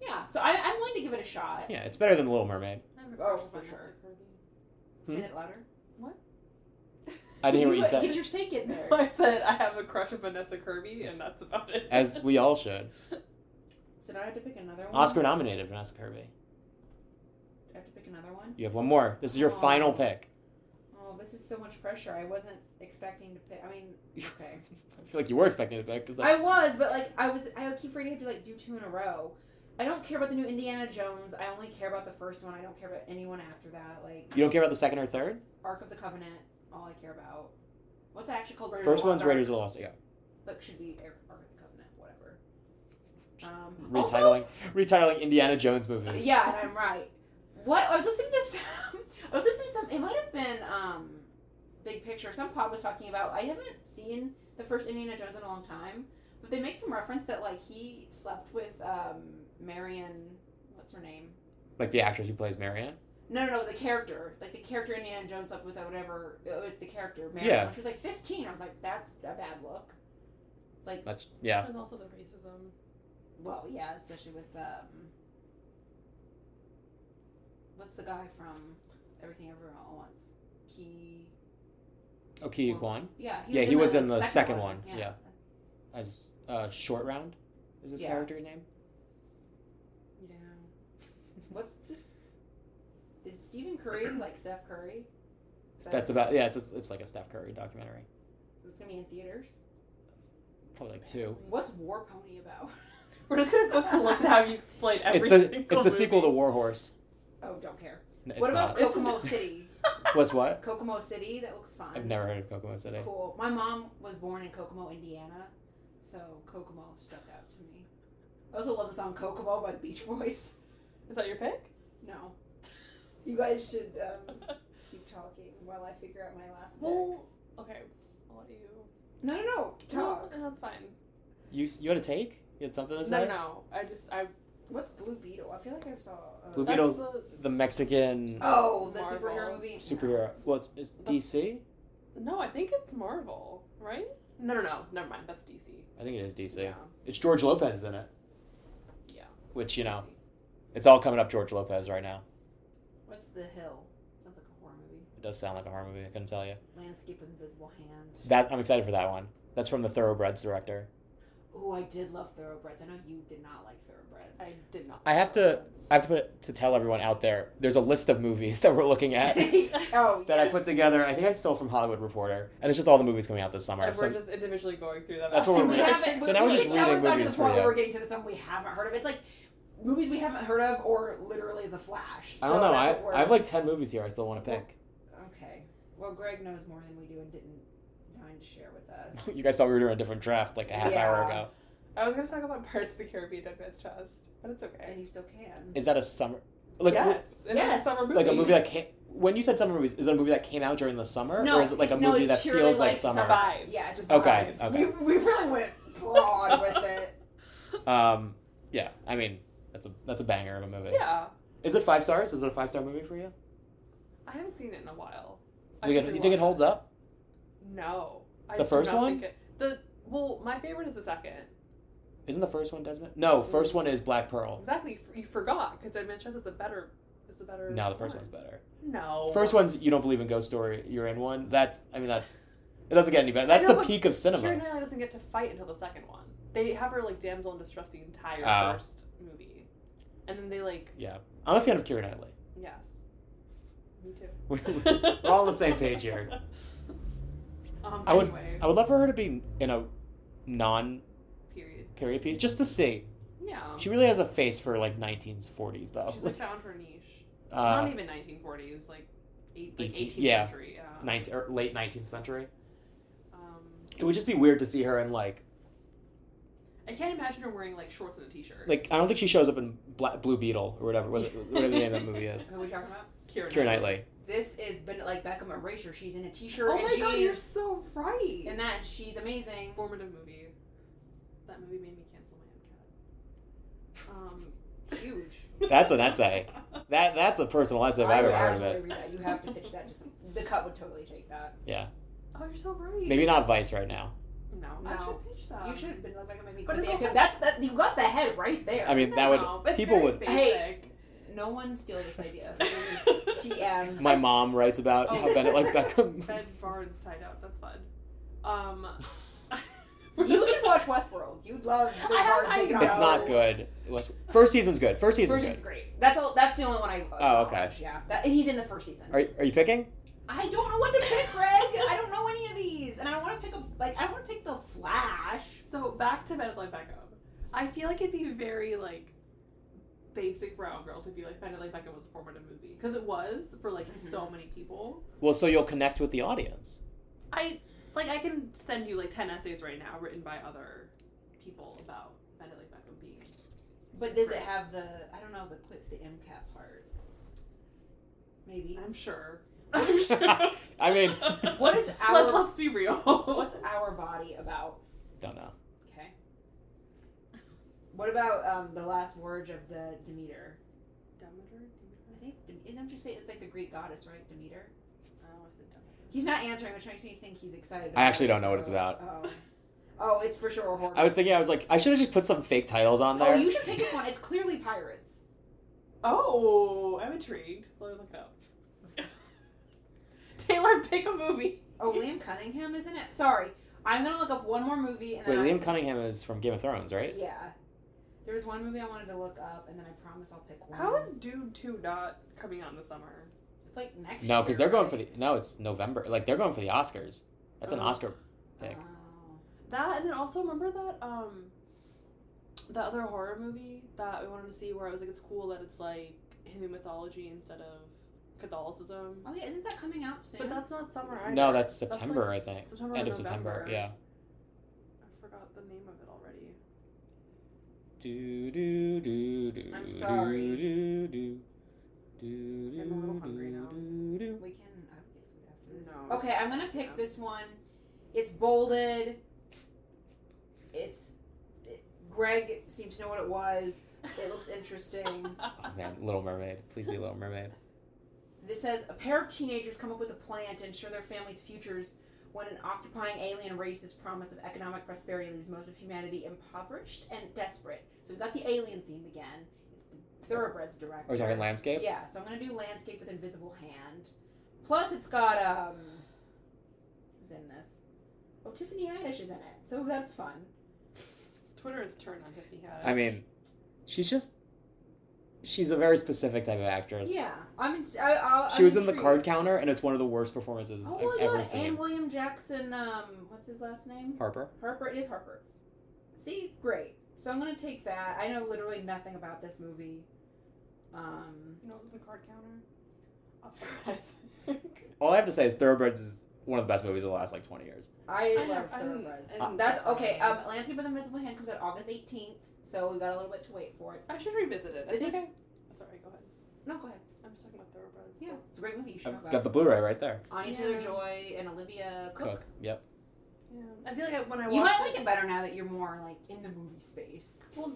S3: yeah, so I, I'm willing to give it a shot.
S2: yeah, it's better than The Little Mermaid.
S3: Oh, for sure.
S2: Hmm?
S3: Say that louder.
S1: What?
S2: I didn't hear what you said.
S3: Get your steak
S2: (laughs)
S3: in there.
S1: (laughs) I said I have a crush on Vanessa Kirby, and that's about it.
S2: As we all
S3: (laughs)
S2: should.
S3: So now I have to pick another one.
S2: Oscar nominated Vanessa Kirby.
S3: Do I have to pick another one.
S2: You have one more. This is your
S3: Oh.
S2: final pick. (laughs)
S3: Oh, this is so much pressure. I wasn't expecting to pick. I mean, Okay.
S2: I feel like you were expecting it back because
S3: I was, but like I was, I keep afraid I have to like do two in a row. I don't care about the new Indiana Jones. I only care about the first one. I don't care about anyone after that. Like
S2: you don't care about the second or third.
S3: Ark of the Covenant, all I care about. What's that actually called? Raiders
S2: First
S3: of the
S2: one's
S3: Lost Ark?
S2: Raiders of the Lost. Yeah,
S3: But should be Ar- Ark of the Covenant, whatever. Um, also,
S2: retitling retitling Indiana Jones movies.
S3: yeah, and I'm right. What I was listening to some, (laughs) I was listening to some. It might have been um, Big Picture. Some pod was talking about. I haven't seen the first Indiana Jones in a long time, but they make some reference that like he slept with um, Marion. What's her name?
S2: like the actress who plays Marianne.
S3: No, no, no, the character. Like the character Indiana Jones slept with, or whatever. It was the character Marion.
S2: Yeah.
S3: when She was like 15. I was like, that's a bad look.
S2: That's yeah.
S1: There's also the racism.
S3: Well, yeah, especially with um, what's the guy from Everything Everywhere All at Once? He,
S2: Okay, Kwan
S3: yeah,
S2: Yeah, he was in the second one,
S3: Yeah.
S2: yeah. as uh, Short Round is his
S3: Yeah.
S2: character's name.
S1: Yeah.
S3: What's this? Is Stephen
S2: (clears throat)
S3: Curry like Steph Curry? Is that-
S2: That's about yeah. It's it's like a Steph Curry documentary.
S3: It's gonna be in theaters.
S2: Probably like two.
S3: What's War Pony about? (laughs)
S1: We're just gonna go through let's have you explain
S2: It's
S1: every
S2: the
S1: single
S2: it's the sequel to
S1: movie.
S2: War Horse.
S3: Oh, don't care.
S2: No, It's
S3: what about
S2: not.
S1: It's
S3: Kokomo
S1: not.
S3: City?
S2: (laughs) What's what?
S3: Kokomo City, that looks fun.
S2: I've never heard of Kokomo City.
S3: Cool. My mom was born in Kokomo, Indiana, so Kokomo stuck out to me. I also love the song Kokomo by the Beach Boys. (laughs)
S1: Is that your pick?
S3: No. You guys should um, keep talking while I figure out my last pick.
S1: Well, okay. I'll let you
S3: No, no, no. Talk.
S1: No, that's fine.
S2: You you had a take? You had something to
S1: no,
S2: say?
S1: no. I just I
S3: What's Blue Beetle? I feel like I saw. Uh,
S2: Blue
S1: that's
S2: Beetle's-
S1: the-
S2: The Mexican
S3: Oh, the
S1: Marvel.
S3: superhero movie.
S2: superhero. Well, it's, it's DC.
S1: No, I think it's Marvel, right? No, no, no. Never mind. That's DC.
S2: I think it is DC.
S1: Yeah.
S2: It's George Lopez is in it.
S1: Yeah.
S2: Which you know,
S1: DC.
S2: it's all coming up George Lopez right now.
S3: What's The Hill? Sounds like a horror movie.
S2: It does sound like a horror movie. I couldn't tell you.
S3: Landscape with Invisible Hand.
S2: That I'm excited for that one. That's from the Thoroughbreds director.
S3: Oh, I did love Thoroughbreds. I know you did not like Thoroughbreds.
S1: I did not.
S2: I have to. I have to put to tell everyone out there. There's a list of movies (laughs) that we're looking at that
S3: oh,
S2: I put together. I think I stole from Hollywood Reporter, and it's just all the movies coming out this summer.
S1: (laughs) And
S2: So-
S1: we're just individually going through them.
S2: That's what
S1: after
S2: we're
S1: we-
S2: reading. So now we're just reading
S3: we
S2: movies
S3: the
S2: for
S3: point where
S2: you.
S3: we're getting to the some we haven't heard of. It's like movies we haven't heard of, or literally The Flash.
S2: I don't know.
S3: So that's
S2: I,
S3: what we're-
S2: I have like ten movies here. I still want to
S3: (laughs)
S2: pick. (laughs)
S3: Okay. Well, Greg knows more than we do and didn't mind to share with us.
S2: (laughs) You guys thought we were doing a different draft like a half hour
S3: Yeah.
S2: ago.
S1: I was gonna talk about Pirates of the Caribbean: Dead Man's Chest, but it's okay.
S3: and you still can.
S2: Is that a summer? Like
S1: yes, it is
S3: Yes.
S1: a summer movie.
S2: like a movie that came. When you said summer movies, is it a movie that came out during the summer,
S3: No,
S2: or is it like a
S3: no,
S2: movie
S3: it's
S2: that
S3: purely
S2: feels like,
S3: like
S2: summer?
S1: survives.
S3: Yeah, it just
S2: Okay,
S3: vibes.
S2: okay.
S3: We, we really went broad
S2: (laughs)
S3: with it.
S2: Um, yeah. I mean, that's a that's a banger of a movie.
S1: Yeah,
S2: Is it five stars? Is it a five star movie for you?
S1: I haven't seen it in a while. I
S2: You,
S1: should
S2: think- you think it
S1: rewatch
S2: holds up?
S1: No, I
S2: The
S1: do
S2: first
S1: not
S2: one?
S1: think it- the well, my favorite is the second.
S2: Isn't the first one Desmond? No, first one is Black Pearl.
S1: Exactly, f- you forgot because Dead Man's Chest is the better. Is the better.
S2: No, the first one's better.
S1: No,
S2: First one's you don't believe in ghost story. You're in one. That's I mean that's it doesn't get any better. That's
S1: know,
S2: the
S1: but
S2: peak of cinema.
S1: Kira Knightley doesn't get to fight until the second one. They have her like damsel in distress the entire
S2: Oh.
S1: first movie, and then they like
S2: Yeah, I'm a fan of Kira Knightley.
S1: yes, me too.
S2: (laughs) We're all on the same page here.
S1: (laughs) Um,
S2: I would-
S1: anyway,
S2: I would love for her to be in a non
S1: period.
S2: period piece just to see.
S1: Yeah,
S2: She really has a face for like 1940s though.
S1: she's like found her niche.
S2: uh,
S1: Not even 1940s, like eight, like
S2: 18
S1: 18th
S2: yeah.
S1: century. Yeah.
S2: 19, or late 19th century.
S1: Um,
S2: It would just be weird to see her in like
S1: I can't imagine her wearing like shorts and a t-shirt.
S2: like I don't think she shows up in Bla Blue Beetle or whatever whatever the name of that movie is.
S3: Who are we talking about?
S1: Keira
S2: Kira Knightley.
S3: This is Ben like Beckham Erasure. She's in a t-shirt
S1: Oh
S3: and
S1: my
S3: jeans.
S1: god, you're so right.
S3: and that she's amazing.
S1: formative movie. That movie made me cancel my MCAT. Um,
S3: Huge.
S2: (laughs) That's
S1: (laughs)
S2: an essay.
S1: Oh,
S2: That that's a personal essay if I've
S3: would
S2: ever heard of
S3: absolutely
S2: it.
S3: read that. You have to pitch that to some. (laughs) The cut would totally take that.
S1: Oh, you're so right.
S2: Maybe not Vice right now.
S1: No, I
S3: No.
S1: should pitch that.
S3: you should have been like, make me
S1: But
S3: quit
S1: it's
S3: the
S1: also-
S3: episode. That's that. You got the head right there.
S2: I mean that would people would
S3: Hey. no one steal
S1: (laughs)
S3: this idea. This is TM.
S2: my mom writes about
S1: Oh.
S2: how (laughs) Bennett likes Beckham.
S1: Ben Barnes tied up. That's fun. Um,
S3: You should watch Westworld. You'd love.
S1: I have- I know.
S2: it's not good. It was, first season's good. First season's
S3: First
S2: good.
S3: season's great. That's all. That's the only one I.
S2: Oh, okay.
S3: Yeah, that, and he's in the first season.
S2: Are, are you picking?
S3: I don't know what to pick, Greg. I don't know any of these, and I want to pick a like I want to pick the Flash.
S1: So back to Madeline Beckham. I feel like it'd be very like basic brown girl to be like Madeline Beckham was a formative movie because it was for like so many people.
S2: Well, so you'll connect with the audience.
S1: I like I can send you like ten essays right now written by other people about Madeline Beckham being.
S3: But does it have the I don't know the clip the MCAT part? Maybe.
S1: I'm sure.
S2: I'm
S1: (laughs)
S2: sure. I (laughs) mean,
S3: What is
S1: Let,
S3: our
S1: us be (laughs) real.
S3: what's our body about?
S2: don't know.
S3: Okay. What about um, the last voyage of the Demeter? I think it's Demeter. Don't you say it's like the Greek goddess, right? Demeter.
S1: Oh,
S3: He's not answering, which makes me think he's excited. About
S2: I actually
S3: it,
S2: don't know what
S3: so-
S2: it's about.
S3: Oh, oh it's for sure a horror.
S2: I was thinking, I was like, I should have just put some fake titles on there.
S3: Oh, you should pick this one. It's clearly pirates.
S1: Oh, I'm intrigued. Let me look it up. (laughs) Taylor, pick a movie.
S3: Oh, Liam Cunningham, isn't it? Sorry, I'm gonna look up one more movie and
S2: Wait,
S3: then
S2: Liam Cunningham is from Game of Thrones,
S3: I,
S2: right?
S3: yeah. There was one movie I wanted to look up, and then I promise I'll pick one.
S1: How is Dude 2 not coming out in the summer?
S3: it's like next?
S2: No, because they're going for
S3: the.
S2: the no. It's November. Like they're going for the Oscars. That's an
S1: Oh.
S2: Oscar pick.
S1: That and then also remember that um that other horror movie that we wanted to see where I was like it's cool that it's like Hindu mythology instead of Catholicism.
S3: Oh yeah, isn't that coming out soon?
S1: But that's not summer either.
S2: No, that's
S1: like,
S2: September, I think.
S1: September or
S2: End of September.
S1: November.
S2: Yeah.
S1: I forgot the name of it already.
S2: Do, do, do, do,
S3: I'm sorry.
S2: Do, do, do, do,
S1: I'm a little
S2: do,
S1: hungry
S2: do,
S1: now.
S2: do, do.
S3: we can. I would get food after this.
S1: No,
S3: Okay,
S1: it's-
S3: I'm gonna pick
S1: yeah.
S3: this one. It's bolded. It's. it- Greg seemed to know what it was. It looks interesting.
S2: Oh, man, Little Mermaid. Please be Little Mermaid.
S3: This says a pair of teenagers come up with a plan to ensure their families' futures when an occupying alien race's promise of economic prosperity leaves most of humanity impoverished and desperate. So we've got the alien theme again. It's the Thoroughbreds
S2: Are
S3: director.
S2: we talking landscape?
S3: Yeah, so I'm gonna do landscape with invisible hand. Plus, it's got um, who's in this? Oh, Tiffany Haddish is in it, so that's fun.
S1: (laughs) Twitter is turned on Tiffany Haddish.
S2: I mean, she's just. She's a very specific type of actress.
S3: Yeah, I'm. In, I, I'll,
S2: She
S3: I'm
S2: was in the
S3: intrigued.
S2: card counter, and it's one of the worst performances
S3: Oh
S2: I've
S3: my
S2: ever
S3: god,
S2: seen.
S3: and William Jackson. Um, what's his last name?
S2: Harper.
S3: Harper. It is Harper. See, great. So I'm gonna take that. I know literally nothing about this movie. Um,
S1: you know what's the card counter? (laughs) Oscar Isaac.
S2: All I have to say is Thoroughbreds is one of the best movies of the last like twenty years.
S3: I
S1: I
S3: love
S1: don't- I don't-
S3: Thoroughbreds.
S1: I
S2: Uh,
S1: don't-
S3: That's okay. Um, Landscape of the Invisible Hand comes out August 18th, so we got a little bit to wait for it.
S1: I should revisit it. I
S3: Is
S1: think
S3: this-
S1: I- sorry, go ahead.
S3: No, go ahead.
S1: I'm just talking about thoroughbreds.
S3: Yeah,
S1: so-
S3: it's a great movie. You should
S2: I've
S3: talk
S2: got
S3: about.
S2: the Blu-ray right there.
S3: Anya
S1: Yeah.
S3: Taylor Joy and Olivia Cook.
S2: Cook. Yep.
S1: Yeah. I feel like I, when I watch
S3: You might like it better now that you're more like in the movie space.
S2: Now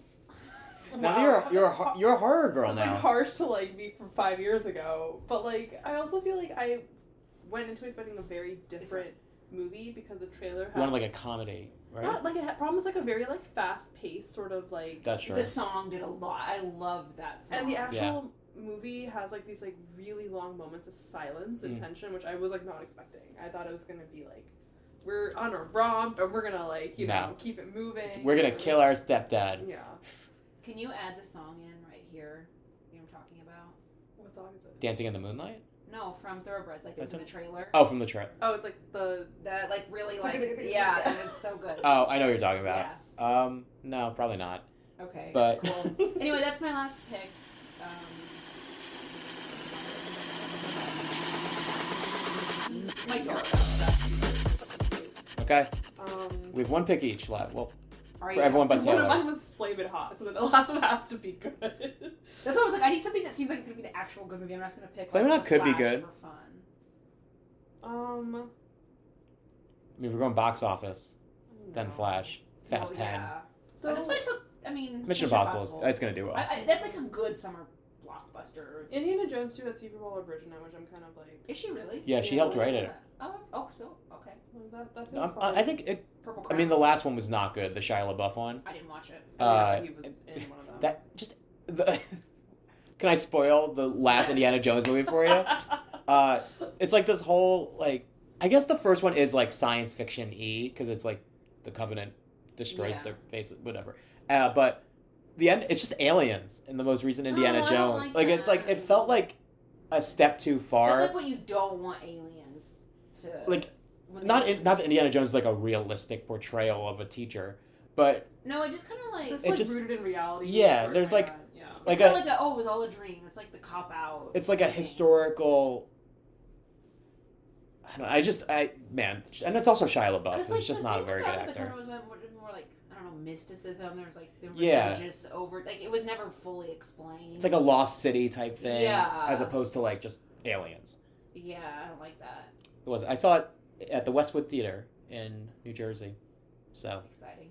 S1: (laughs) Wow.
S2: you're a, you're a, hor- you're a horror girl
S1: It's
S2: now.
S1: like harsh to like me from five years ago, but like I also feel like I went into expecting a very different movie because the trailer
S2: You
S1: had
S2: wanted like a comedy, right?
S1: not like it had, promised like a very like fast paced sort of like
S2: That's true.
S3: The song did a lot. I loved that song.
S1: and the
S2: act-
S1: actual movie has like these like really long moments of silence and
S2: Mm.
S1: tension, which I was like not expecting. I thought it was gonna be like we're on a romp and we're gonna like you
S2: No.
S1: know keep it moving.
S2: We're gonna
S1: Or-
S2: kill our stepdad.
S1: Yeah.
S3: Can you add the song in right here? You know what I'm talking about?
S1: What song is it?
S2: Dancing in the moonlight.
S3: No, from Thoroughbreds, like it was in the trailer.
S2: Oh, from the trip.
S1: Oh, it's like
S2: (laughs)
S1: the
S3: That like
S1: (laughs)
S3: really like yeah, and it's so good.
S2: Oh, I know what you're talking about.
S3: Yeah.
S2: Um, no, probably not.
S3: Okay.
S2: But-
S3: cool. Anyway, that's my last pick. Um, my dark.
S2: Okay,
S1: um.
S2: we have one pick each left. Well,
S3: Are
S2: for
S3: you?
S2: everyone but
S1: One
S3: (laughs)
S1: of
S2: Taylor.
S1: mine was flaming hot, so then the (laughs) last one has to be good.
S3: That's why I was like, I need something that seems like it's gonna be an actual good movie. I'm not just gonna pick.
S2: Flamin'
S3: like,
S2: Hot
S3: The
S2: could be
S3: Flash
S2: good.
S3: for fun.
S1: Um,
S2: I mean, we're going box office, then Flash, Fast
S3: Oh,
S2: Ten,
S3: yeah.
S1: So
S3: So that's why I took. I mean,
S2: Mission Impossible. is- It's gonna do well.
S3: I, I, that's like a good summer blockbuster.
S1: Indiana Jones too has Super Bowl Origin, which I'm kind of like
S3: Is she really?
S2: yeah, she
S1: Yeah.
S2: helped write it.
S3: Oh, oh, so okay.
S1: well, that. That feels
S2: Um,
S1: fun.
S2: I I think it.
S3: Purple.
S2: I
S3: Crown.
S2: mean, the last one was not good. The Shia LaBeouf one.
S3: I didn't watch it.
S1: I
S2: Uh,
S1: didn't know he was in one of them.
S2: That just the. (laughs) Can I spoil the last Indiana Jones movie for
S1: (laughs)
S2: you? Uh, it's like this whole like I guess the first one is like science fiction e because it's like the Covenant destroys
S3: Yeah.
S2: their face, whatever. Uh, but the end, it's just aliens in the most recent Indiana
S3: Oh, I don't
S2: Jones.
S3: like
S2: it's like
S3: that.
S2: it felt like a step too far.
S3: That's like what you don't want aliens to
S2: Like,
S3: when they-
S2: not in, not that Indiana Jones is like a realistic portrayal of a teacher, but
S3: No, it just kind of like
S1: It's just,
S2: It
S1: like
S2: just-
S1: rooted in reality.
S2: Yeah,
S1: sort of
S2: there's,
S1: kinda,
S2: like
S3: it's not
S2: a
S3: like a, oh, it was all a dream. It's like the cop out.
S2: it's like a historical. I don't. know, I just I man, and it's also Shia LaBeouf,
S3: Because
S2: who's
S3: like
S2: just
S3: the
S2: not a
S3: thing
S2: very
S3: with
S2: good
S3: Out of the
S2: actor.
S3: Turtle was more, more like I don't know mysticism. There was like the
S2: Yeah.
S3: religious over like it was never fully explained.
S2: It's like a lost city type thing,
S3: Yeah.
S2: as opposed to like just aliens.
S3: yeah, I don't like that.
S2: It was. I saw it at the Westwood Theater in New Jersey, so
S3: Exciting.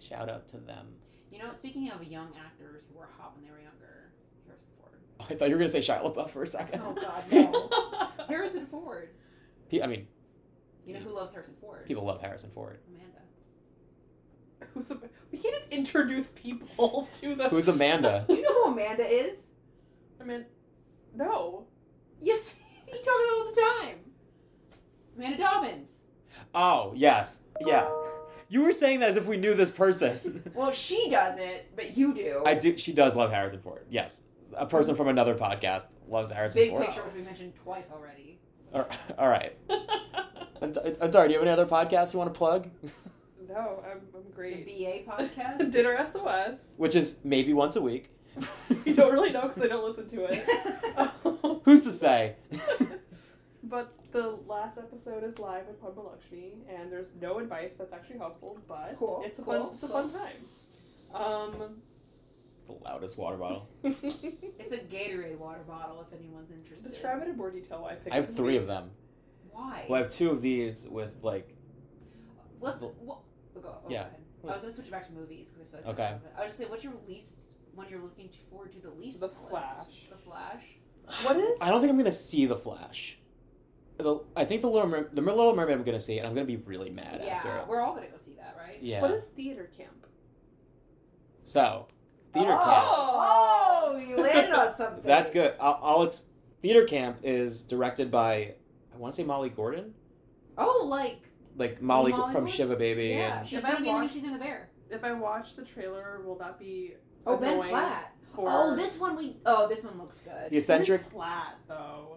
S2: shout out to them. (laughs)
S3: You know, speaking of young actors who were hot when they were younger, Harrison
S2: (laughs)
S3: Ford.
S2: I thought you were gonna say Shia LaBeouf for a second. (laughs)
S3: Oh God, no!
S1: yeah.
S3: Harrison Ford.
S2: He- I mean,
S3: You know who loves Harrison Ford?
S2: people love Harrison Ford.
S3: Amanda.
S1: (laughs) Who's a, we can't just introduce people (laughs) to the.
S2: Who's
S3: (laughs)
S2: Amanda?
S3: You know who Amanda is?
S1: I mean, no. (laughs)
S3: Yes, (laughs) you tell me all the time. Amanda Dobbins.
S2: Oh yes, yeah. You were saying that as if we knew this person. (laughs)
S3: Well, she does it, but you do.
S2: I do. She does love Harrison Ford. Yes, a person from another podcast loves Harrison
S3: Big
S2: Ford.
S3: picture, which we mentioned twice already.
S2: All- all right. I'm, t- I'm sorry. Do you have any other podcasts you want to plug? (laughs)
S1: no, I'm, I'm
S3: The
S1: great.
S3: BA podcast.
S1: (laughs) Dinner SOS.
S2: Which is maybe once a
S3: (laughs)
S2: week. (laughs)
S1: We don't really know because I don't listen to it.
S3: (laughs)
S1: (laughs) Um,
S2: Who's to say? (laughs)
S1: but the last episode is live with Padma Lakshmi, and there's no advice that's actually helpful, but
S3: Cool,
S1: it's a fun,
S3: cool,
S1: it's a fun time.
S2: the loudest water bottle.
S1: Um,
S3: (laughs) it's a Gatorade water bottle, if anyone's interested.
S1: describe it in more detail. Why I picked.
S2: I have three of them.
S3: Why?
S2: Well, I have two of these with like.
S3: Let's. What, oh, go, oh,
S2: Yeah.
S3: Go ahead. I was gonna switch it back to movies because I feel like.
S2: Okay.
S3: that's- I was just say, what's your least one you're looking forward to the least?
S1: The
S3: on list?
S1: Flash.
S3: The Flash.
S1: What is?
S2: I don't think I'm gonna see the Flash. The, I think the Little Mer- the Little Mermaid I'm gonna see, and I'm gonna be really mad
S3: yeah,
S2: after. it.
S3: we're all gonna go see that, right?
S2: Yeah.
S1: What is theater camp?
S2: so theater camp.
S3: oh, oh, you landed on something.
S2: That's good. I'll, I'll ex- Theater Camp is directed by I want to say Molly Gordon,
S3: Oh, like
S2: like Molly,
S3: Molly
S2: from
S3: Gordon?
S2: Shiva Baby.
S3: yeah,
S2: And,
S3: she's
S1: If I
S3: gonna be in the new
S1: watched-
S3: she's in the bear.
S1: If I watch the trailer, will that be?
S3: Oh, Ben
S1: annoying
S3: Platt.
S1: For
S3: oh, this one we. Oh, this one looks
S2: the
S3: good.
S2: eccentric.
S1: Ben Platt though.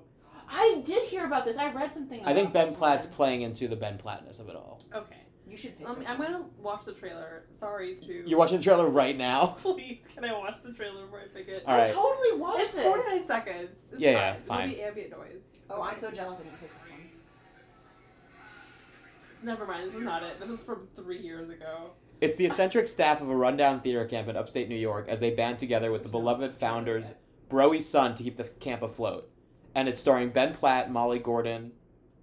S3: I did hear about this. I read something.
S2: I think
S3: about
S2: Ben
S3: this
S2: Platt's
S3: one.
S2: playing into the Ben Plattness of it all.
S1: Okay.
S3: You should pick.
S1: Um,
S3: this
S1: I'm
S3: one.
S1: gonna watch the trailer. Sorry to.
S2: You're watching the trailer right now.
S1: (laughs) Please, can I watch the trailer before I pick it?
S2: All
S3: I
S2: right.
S3: totally watched
S1: It's
S3: this.
S1: 49 seconds. It's
S2: Yeah, yeah, fine.
S1: It'll be ambient noise.
S3: Oh, I'm
S1: Okay.
S3: so jealous I didn't pick this one.
S1: Never mind, this is not it. This is from three years ago.
S2: It's the eccentric staff of a rundown theater camp in upstate New York as they band together with the beloved founders Broy's son to keep the camp afloat. And it's starring Ben Platt, Molly Gordon,